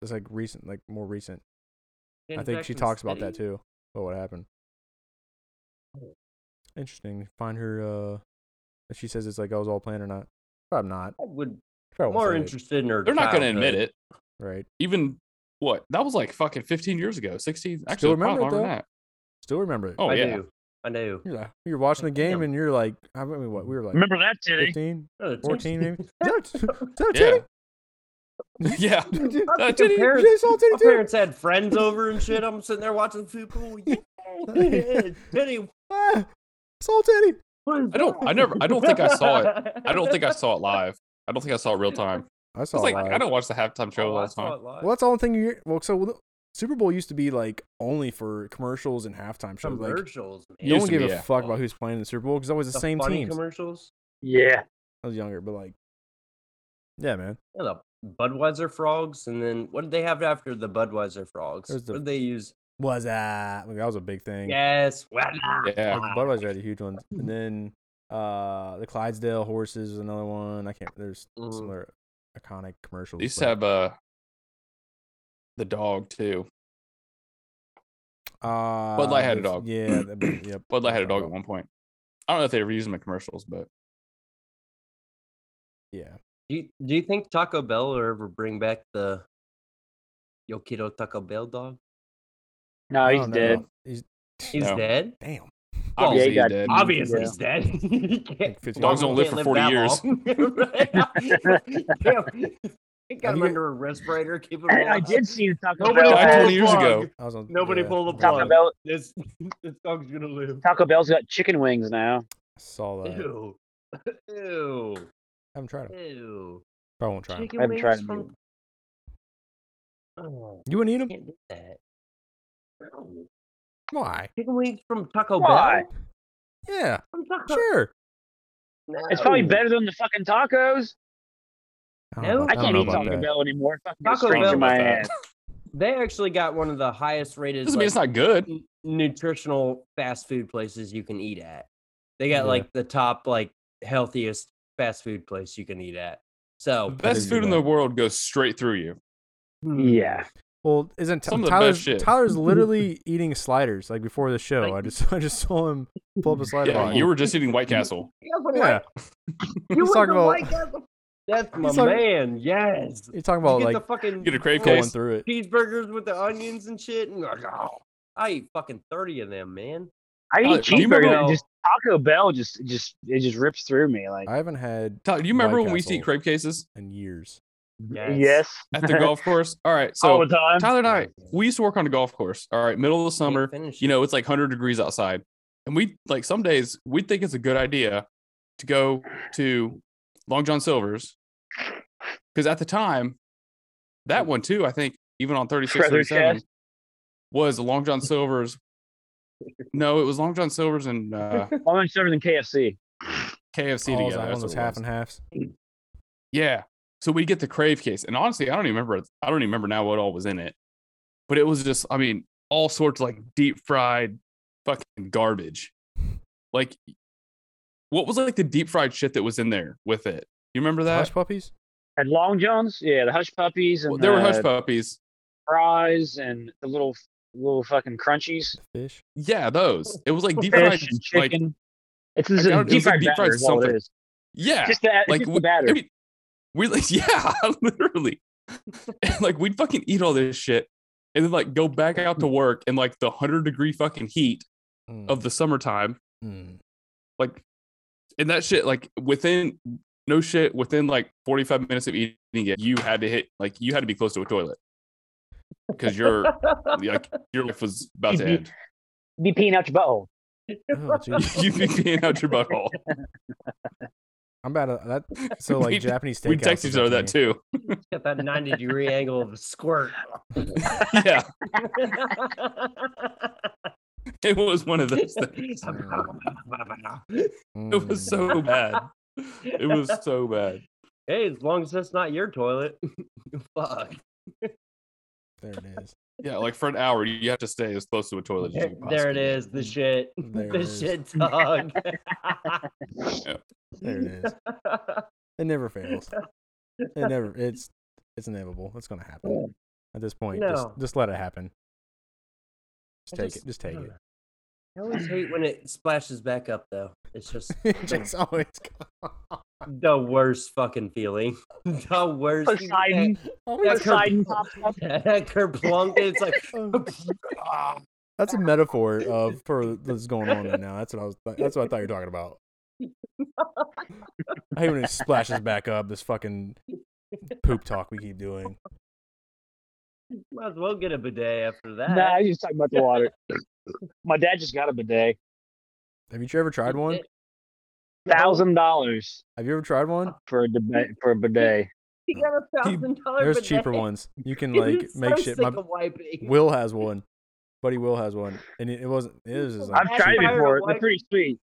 S2: It's like recent, like more recent. I
S7: Janet
S2: think she
S7: Jackson's
S2: talks about that
S7: titty?
S2: too. About what happened. Interesting. Find her. uh if She says it's like I was all planned or not. Probably not.
S7: I would
S2: Probably won't
S7: more
S2: say it,
S7: interested in her.
S8: They're not going to admit it.
S2: Right.
S8: Even what that was like fucking 15 years ago, 16. Actually,
S2: Still
S8: probably
S2: remember it,
S8: longer than
S2: though.
S8: that.
S2: Still remember it.
S8: Oh
S7: I
S8: yeah,
S7: do. I do.
S2: You're, like, you're watching the game
S7: Damn.
S2: and you're like, I mean, what? We were like
S6: remember that titty?
S2: 15,
S7: Oh, it's
S2: 14
S7: <laughs>
S2: maybe. Is that a-
S7: interesting.
S2: is that a
S8: Yeah.
S2: titty?
S8: <laughs> yeah.
S2: Did you- <laughs>
S7: Our
S8: That titty-
S7: parents-
S2: you saw a titty
S7: My
S2: too?
S7: parents had friends over and shit. I'm sitting there watching football.
S2: <laughs>
S7: Yeah, yeah, titty.
S2: Ah, saw a titty.
S7: What is
S8: I don't. I
S7: that?
S8: never. I don't think I saw it.
S7: <laughs>
S8: I don't think I saw it live. I don't think I saw it
S2: <laughs>
S8: real time.
S2: I
S8: It's
S2: saw
S8: like
S2: live.
S8: I don't watch the halftime show
S7: Oh,
S8: all
S7: I
S8: the
S7: saw
S8: time.
S7: it live.
S2: Well, that's all the thing you hear. Well, so well, the- Super Bowl used to be like only for commercials and halftime shows. Like,
S7: Commercials. man.
S2: no
S8: Used
S2: one
S8: to
S2: gave
S8: be,
S2: a
S8: yeah.
S2: fuck about who's playing in the Super Bowl because it's always the, same
S7: funny
S2: teams.
S7: commercials.
S6: Yeah,
S2: I was younger, but like, yeah, man.
S7: Yeah, the Budweiser frogs, and then what did they have after the Budweiser frogs?
S2: There's the-
S7: what did they use?
S2: Was that like, that was a big thing?
S7: Yes, wow.
S8: Yeah.
S2: Like, Budweiser had a huge one, and then uh, the Clydesdale horses was another one. I can't. There's
S7: Mhm.
S2: some other iconic commercials.
S8: They used to
S2: but-
S8: have uh the dog too.
S2: uh,
S8: Light had a
S2: that's-
S8: dog.
S2: Yeah, that- but- yep.
S8: <clears throat> Bud Light had a
S2: that's what
S8: dog
S2: I
S8: at
S2: thought.
S8: one point. I don't know if they ever used them in commercials, but
S2: Yeah,
S7: Do you, do you think Taco Bell will ever bring back the Yo Quiero Taco Bell dog? Oh,
S6: no,
S2: I
S6: he's
S2: don't know.
S6: dead.
S2: He's
S7: He's
S8: No.
S7: dead.
S2: damn.
S6: Well, yeah,
S8: obviously
S6: you got-
S8: dead.
S7: Obviously, he's dead. <laughs> He can't-
S2: Like 50
S8: Dogs don't live
S7: can't
S8: for 40
S7: that
S8: years.
S7: long. <laughs> Right? They got
S2: Have
S7: him
S2: you-
S7: under a respirator. Keep him.
S6: I, I
S7: alive.
S6: did
S7: <laughs>
S6: see the Taco
S7: Nobody
S6: Bell.
S8: Like
S7: pulled
S6: ad.
S8: 20 years
S7: the plug.
S8: ago.
S2: I was on-
S7: Nobody
S2: yeah,
S7: pull the
S2: I
S6: Taco
S7: plug.
S6: Bell.
S7: This <laughs> this dog's gonna live.
S6: Taco Bell's got chicken wings now.
S2: Saw that. I
S7: Ew. <laughs> Ew.
S2: haven't tried it.
S7: Ew.
S2: Probably won't try it.
S7: Chicken
S6: I haven't tried
S7: wings
S6: them
S7: from.
S6: yet.
S7: Oh,
S2: You wouldn't eat them?
S7: can't do that. No.
S2: Why?
S7: Chicken wings from Taco
S6: Why?
S7: Bell.
S2: Yeah,
S7: From Taco.
S2: sure.
S7: No.
S6: It's probably better than the fucking tacos.
S2: I don't know
S7: No,
S2: about-
S6: I
S2: don't
S6: can't
S2: know
S6: eat
S2: about
S6: Taco
S2: that.
S6: Bell anymore. Fucking get a
S7: Taco
S6: stranger
S7: Bell-
S6: in my
S8: About
S6: ass.
S7: They actually got one of the highest rated
S8: Doesn't mean it's
S7: like,
S8: not good.
S7: n- nutritional fast food places you can eat at. They got
S2: Yeah.
S7: like the top like healthiest fast food place you can eat at.
S8: The
S7: So
S2: Oh, is
S8: best food in
S2: bad.
S8: the world goes straight through you.
S6: Mm-hmm. Yeah.
S2: Well, isn't t-
S8: Some of the best
S2: Tyler's
S8: shit. <laughs>
S2: Tyler's literally eating sliders like before the show. I
S7: Like-
S2: just <laughs> I just saw him pull up a slider.
S8: Yeah,
S2: bar.
S8: you were just eating White Castle.
S2: yeah.
S7: You
S2: He's talking about
S7: That's my
S2: talking-
S7: man. Yes.
S2: you're talking
S7: You
S2: about
S7: get the
S2: like
S7: fucking
S8: Get a crave
S7: full
S2: going
S8: case.
S2: through it.
S7: cheeseburgers with the onions and shit. And like, "Oh, I eat fucking thirty of them, man.
S6: I
S8: Uh,
S6: eat
S8: do you remember-
S6: cheeseburger. Just Taco Bell just just it just rips through me like
S2: I haven't had
S8: Tyler, do you remember
S2: White
S8: when we used to eat
S2: Castle.
S8: crepe cases
S2: in years.
S7: Yes.
S2: Mm-hmm.
S8: at the golf course?
S6: <laughs>
S8: All right,
S6: all
S8: so
S6: the time.
S8: Tyler and I, we used to work on a golf course. All right, middle of the
S7: Can't
S8: summer,
S7: finish
S8: you
S7: it.
S8: know, it's like 100 degrees outside. And we like some days we think it's a good idea to go to Long John Silver's because at the time, that one too, I think, even on 36,
S6: Treasure
S8: 37,
S6: chest?
S8: was a Long John Silver's. No, it was Long John Silver's
S6: <laughs>
S8: and uh,
S6: I'm in servers in KFC.
S8: KFC
S2: All that
S8: together. that's
S2: one
S8: what
S2: Oh, was
S8: it
S2: half
S8: was.
S2: and halves.
S8: Yeah. So we get the Crave case. And honestly, I don't even remember I don't even remember now what all was in it. But it was just, I mean, all sorts of like deep fried fucking garbage. Like what was like the deep fried shit that was in there with it? You remember that?
S2: Hush puppies.
S6: Had Long Johns, yeah, the hush puppies and
S8: Well, there were
S6: the
S8: hush puppies.
S6: fries and the little little fucking crunchies.
S2: Fish.
S8: Yeah, those. It was like deep fried
S6: Fish and
S8: like
S6: chicken. it's just
S8: I
S6: a
S8: don't- it
S6: deep
S8: was a
S6: fried
S8: deep fried
S6: batter. Is all it
S8: something.
S6: is.
S8: yeah.
S6: Just <laughs> the,
S8: like
S6: like, just
S8: we-
S6: the batter.
S8: I mean, we like <laughs> yeah, literally. And, like we'd fucking eat all this shit and then like go
S6: <laughs>
S8: back out to work in like the 100 degree fucking heat
S2: Mm,
S8: of the summertime
S2: mm.
S8: like and that shit like within no shit within like 45 minutes of eating it you had to hit like you had to be close to a toilet because <laughs> your like your life was about to end <laughs>
S6: be peeing out <laughs> your butthole.
S2: Oh, geez.
S8: you'd be peeing out
S7: <laughs>
S8: your butthole
S2: I'm about to that. So like
S8: <laughs> We-
S2: Japanese steakhouse.
S8: we text
S2: is
S8: each other that
S2: thing.
S7: <laughs>
S8: too <laughs>
S7: Got that 90 degree angle of a squirt. <laughs>
S8: yeah it was one of those things. it was
S2: Mm.
S8: so bad it was so bad
S7: hey, as long as that's not your toilet. <laughs> Fuck.
S2: There it is.
S8: yeah like for an hour you have to stay as close to a toilet as
S7: There,
S8: you
S7: there it
S8: possibly
S7: is. The shit.
S2: There it
S7: the
S2: is.
S7: shit dog.
S2: There it is.
S7: <laughs>
S2: It never fails. It never. It's it's inevitable. It's gonna happen. At this point,
S7: No.
S2: just just let it happen. Just
S7: I
S2: take
S7: just-
S2: it. Just
S7: I
S2: take
S7: don't
S2: it.
S7: know. I always hate when it splashes back up, though. It's just <laughs>
S2: <laughs> Jake's always.
S7: the worst fucking feeling. <laughs> the worst. you
S6: Poseidon.
S7: Yeah,
S2: always
S7: Kirby.
S6: Poseidon
S8: <laughs>
S6: pops up.
S7: get <laughs> That kerplunk. It's like,
S2: <laughs> That's a metaphor of for that's going on right now. That's what I was. That's what I thought you were talking
S7: <laughs>
S2: about. I hate when it splashes back up. This fucking poop talk we keep doing.
S7: might as well get a bidet after that.
S6: Nah, I was just talking about the water. My dad just got a bidet.
S2: Have you ever tried one?
S6: Thousand dollars
S2: Have you ever tried one?
S6: for a deba- for a bidet.
S7: He got a thousand dollar.
S2: There's cheaper
S7: <laughs>
S2: ones. You can like make shit. My Will has one. Buddy Will has one, and it, it wasn't. It was just
S6: <laughs>
S2: like
S6: I've tried it
S7: Aspire
S6: before.
S7: to
S6: They're pretty sweet.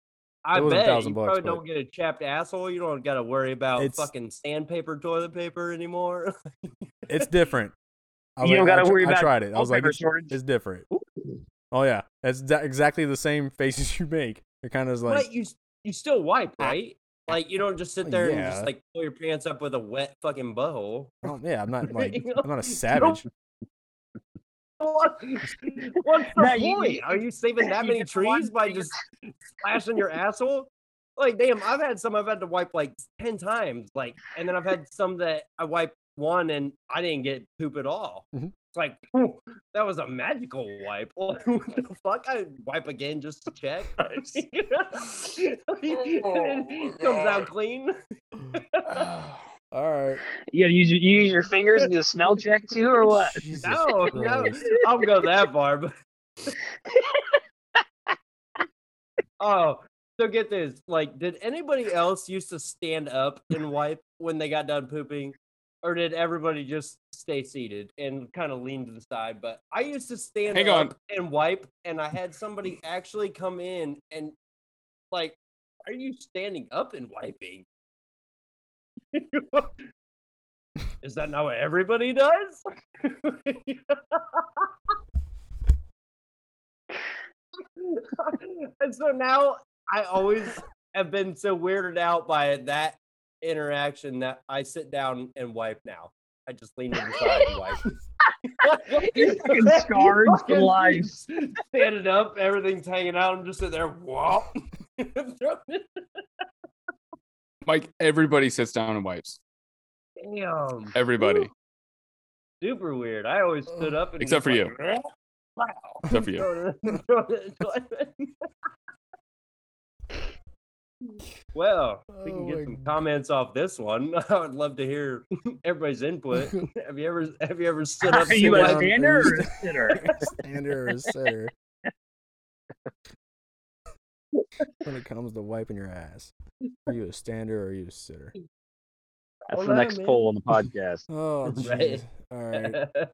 S7: I
S2: it was a
S7: bet
S2: thousand
S7: you
S2: bucks,
S7: probably
S2: but-
S7: don't get a chapped asshole. You don't got to worry about
S2: It's-
S7: fucking sandpaper, toilet paper anymore. <laughs>
S2: it's different. I was
S6: You don't
S2: like, I
S6: gotta
S2: tr-
S6: worry
S2: I
S6: about
S2: tried it. I
S6: toilet
S2: was like,
S6: paper
S2: it's,
S6: shortage."
S2: it's different. Oh yeah, that's da- exactly the same <laughs> faces you make. They're kind of like Ah.
S7: but you s- you still wipe, right? Like you don't just sit there and just
S2: Yeah.
S7: like pull your pants up with a wet fucking butthole.
S2: I don't- yeah, I'm not like
S7: You
S2: I'm not
S7: know,
S2: a savage.
S7: What- <laughs> What's the
S6: Nah,
S7: point?
S6: you- you-
S7: Are you saving that
S6: you
S7: many
S6: get the one
S7: trees by just splashing your asshole? Like, damn, I've had some I've had to wipe like ten times, like, and then I've had some that I wiped one and I didn't get poop at all.
S6: Mm-hmm.
S2: Mhm.
S7: It's like phew, that was a magical wipe. <laughs> Like, what the fuck? I wipe again just to check. <laughs> You know? And it comes out clean.
S2: All right,
S6: <laughs> You gotta use your, you use your fingers and do the smell check too, or what?
S2: Jesus
S7: No, no,
S2: Christ. <laughs>
S7: <laughs> I'll go that far, but <laughs> oh, so get this. Like, did anybody else used to stand up and wipe when they got done pooping? Or did everybody just stay seated and kind of lean to the side? But I used to stand
S8: Hang
S7: up
S8: on.
S7: and wipe, and I had somebody actually come in and like, are you standing up and wiping? <laughs> Is that not what everybody does? <laughs> <laughs> and so now I always have been so weirded out by that interaction that I sit down and wipe now. I just
S6: <laughs>
S7: lean to the side and wipe.
S6: You're
S7: <laughs>
S6: fucking scarred for
S7: Fucking
S6: life.
S7: Standing up, everything's hanging out. I'm just sitting there. Whoa. <laughs> Damn.
S8: like everybody sits down and wipes everybody
S7: Super weird. I always stood up and
S8: Except
S7: was
S8: for
S7: like, <laughs> Wow.
S8: except for you
S7: <laughs> <laughs> well, we
S2: Oh
S7: can
S2: my
S7: get some comments off this one. <laughs> I would love to hear
S2: <laughs>
S7: everybody's input. have you ever have you ever stood up?
S6: Are you
S7: and
S6: a
S2: down,
S7: <laughs> wiped-
S6: stander or
S2: <laughs> please.
S6: <laughs> a sitter?
S2: Standard or a sitter. when it comes to wiping your ass. Are you a stander or are you a sitter?
S6: That's
S7: Oh,
S6: the
S7: yeah,
S6: next
S7: man.
S6: poll on the podcast.
S2: Oh,
S7: Right.
S2: jeez. All right.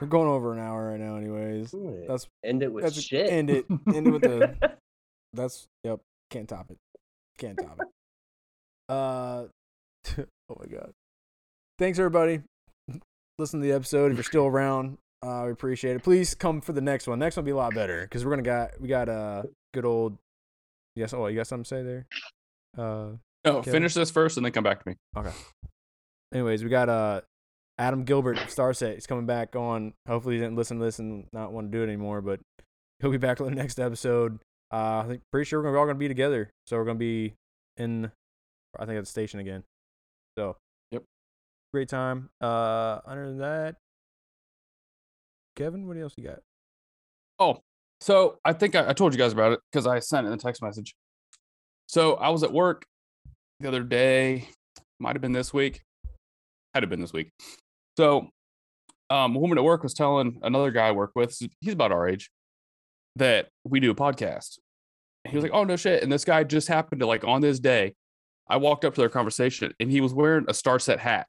S2: We're going over an hour right now, anyways. That's
S7: End it with
S2: that's
S7: shit.
S2: end it. End it with the that's yep. Can't top it. Can't top it. Uh, <laughs> oh my god. Thanks everybody. Listen to the episode if you're still around. Uh, we appreciate it. Please come for the next one. Next one will be a lot better because we're gonna got we got uh good old. Yes. Oh, you got something to say there? Uh.
S8: No,
S2: Okay.
S8: finish this first and then come back to me.
S2: anyways, we got uh Adam Gilbert of Starset. He's coming back on. Hopefully, he didn't listen to this and not want to do it anymore, but he'll be back on the next episode. Uh, I think pretty sure we're, gonna, we're all going to be together, so we're going to be in, I think at the station again. So,
S8: Yep.
S2: great time. Uh, other than that, Kevin, what else you got?
S8: So I think I, I told you guys about it because I sent it in a text message. So I was at work the other day, might have been this week, had have been this week. So um, a woman at work was telling another guy I work with, he's about our age, that we do a podcast. And he was like, "Oh no shit!" And this guy just happened to like on this day, I walked up to their conversation and he was wearing a star set hat.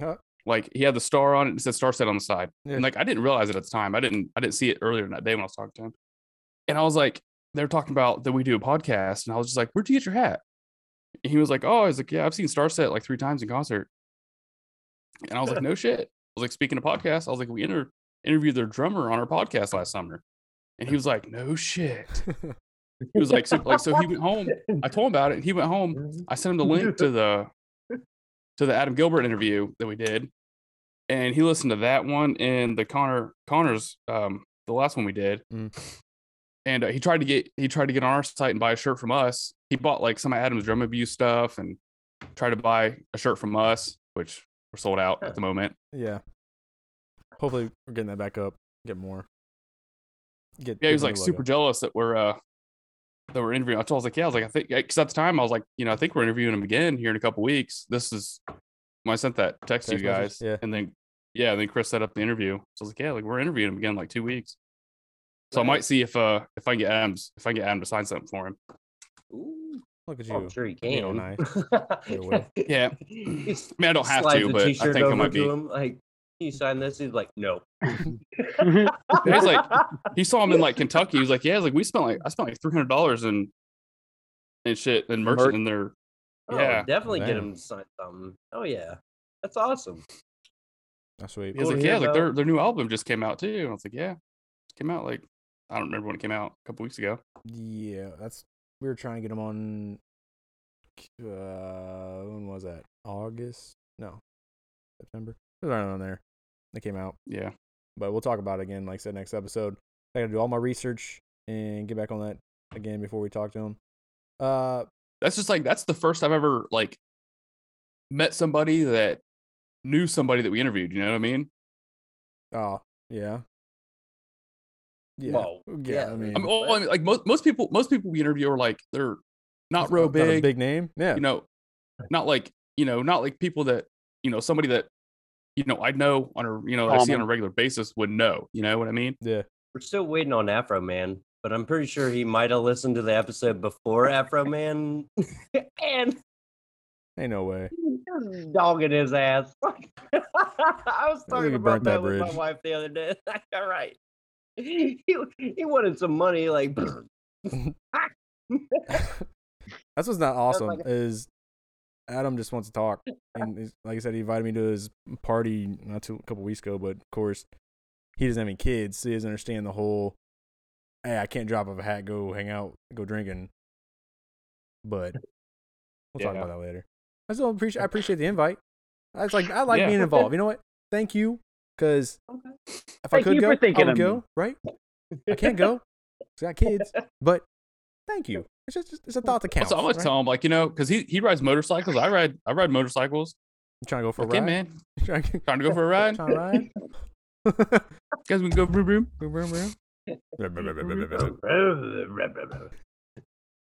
S2: Huh.
S8: Like he had the star on it and it said star set on the side.
S2: Yeah.
S8: And like I didn't realize it at the time. I didn't I didn't see it earlier in that day when I was talking to him. And I was like, they were talking about that we do a podcast. And I was just like, where'd you get your hat? And he was like, Oh, I was like, Yeah, I've seen Star Set like three times in concert. And I was
S2: <laughs>
S8: like, No shit. I was like, speaking of podcasts, I was like, we inter- interviewed their drummer on our podcast last summer. And he was like, No shit. He was like, so, like, so he went home. I told him about it. He went home. I sent him the link to the to the Adam Gilbert interview that we did, and he listened to that one and the Connor Connor's um the last one we did,
S2: Mm.
S8: and uh, he tried to get he tried to get on our site and buy a shirt from us. He bought like some of Adam's drum abuse stuff and tried to buy a shirt from us, which we're sold out at the moment.
S2: <laughs> Yeah. Hopefully, we're getting that back up. Get more. Get,
S8: Yeah,
S2: get
S8: he was
S2: the
S8: like
S2: new
S8: super
S2: logo.
S8: jealous that we're uh that we're interviewing. I told I was like, yeah, I was like, I think because at the time I was like, you know, I think we're interviewing him again here in a couple weeks. This is when I sent that text, to you
S2: Text message?
S8: guys,
S2: Yeah.
S8: and then yeah, and then Chris set up the interview. So I was like, yeah, like we're interviewing him again in like two weeks. So I might see if uh if I can get Adams if I can get Adam to sign something for him.
S7: <laughs> Ooh,
S2: Look
S8: Oh,
S2: at you.
S7: I'm sure he
S2: You know,
S7: can. <laughs>
S2: nice. Either way.
S8: Yeah, I
S7: He
S8: mean, I don't have
S7: slides
S8: to,
S7: a
S8: but I
S7: t-shirt
S8: think it
S7: over
S8: might
S7: to
S8: be.
S7: Him, like, "Can you sign this? He's like, no.
S6: <laughs>
S8: He's
S7: <laughs>
S8: like, he saw him in like Kentucky. He was like, yeah, it's like we spent like I spent like three hundred dollars in and shit and merch
S6: Merch.
S8: in their
S7: oh,
S8: yeah.
S7: definitely get
S2: Damn.
S7: him to sign something. Oh yeah, that's awesome.
S2: That's sweet.
S8: He
S7: Cool
S8: was
S7: to
S8: like,
S7: hear
S8: yeah, like their
S7: about.
S8: their new album just came out too. And I was like, yeah, it came out like I don't remember when it came out, a couple weeks ago.
S2: Yeah, that's we were trying to get him on. Uh, when was that? August? No, September. It was right on there. It came out,
S8: Yeah,
S2: but we'll talk about it again. Like I said, next episode. I gotta do all my research and get back on that again before we talk to him. Uh,
S8: that's just like that's the first I've ever like met somebody that knew somebody that we interviewed. You know what I mean?
S2: oh yeah, yeah,
S7: Well, yeah,
S2: I
S7: I
S2: mean,
S8: I mean, well, I mean, like most most people most people we interview are like they're not
S2: it's
S8: real
S2: a
S8: big,
S2: big name. Yeah,
S8: you know, not like you know, not like people that you know somebody that you know I know on a you know I see on a
S6: Common.
S8: regular basis would know. You know what I mean?
S2: yeah.
S7: We're still waiting on Afro Man, but I'm pretty sure he might have listened to the episode before Afro Man, and
S2: Ain't no way.
S7: just dogging his ass. I was
S2: I think
S7: talking
S2: we
S7: about
S2: burnt
S7: that,
S2: that
S7: with my
S2: bridge.
S7: wife the other day. All right, he he wanted some money, like.
S2: That's what's not awesome
S7: like-
S2: is Adam just wants to
S6: <laughs>
S2: talk, and he's- like I said, he invited me to his party not too a couple weeks ago, but of course he doesn't have any kids, so he doesn't understand the whole. Hey, I can't drop off a hat, go hang out, go drinking.
S6: <laughs>
S2: But we'll talk
S8: Yeah.
S2: about that later. I still appreciate I appreciate the invite. I was like I like
S8: Yeah.
S2: being involved. You know what? Thank you, because
S7: Okay.
S2: if I
S6: Thank
S2: could
S6: you
S2: go,
S6: for thinking
S2: I would
S6: of
S2: go.
S6: me.
S2: Right? I
S6: <laughs>
S2: can't go. 'cause I got kids, but thank you. It's just it's a thought that counts.
S8: So I always
S2: right?
S8: tell him like you know because he he rides motorcycles. I ride I ride motorcycles.
S2: You trying to go for a
S8: Okay,
S2: ride?
S8: man.
S2: <laughs> Trying to
S8: Time to go for a ride.
S2: trying to ride?
S8: Guys, we can go vroom vroom.
S2: <laughs> Boom, boom, boom.
S7: <laughs>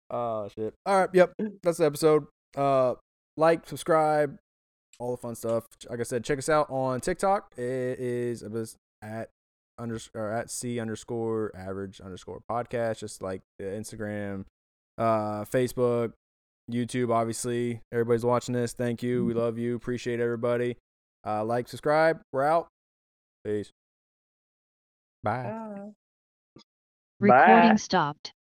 S2: Oh shit! All right, yep, that's the episode. Uh, like, subscribe, all the fun stuff. Like I said, check us out on TikTok. It is it was at under or at c underscore average underscore podcast. Just like the Instagram, uh, Facebook, YouTube. Obviously, everybody's watching this. Thank you. We love you. Appreciate everybody. Uh, like, subscribe. We're out. Peace. Bye.
S6: Bye.
S9: Recording stopped.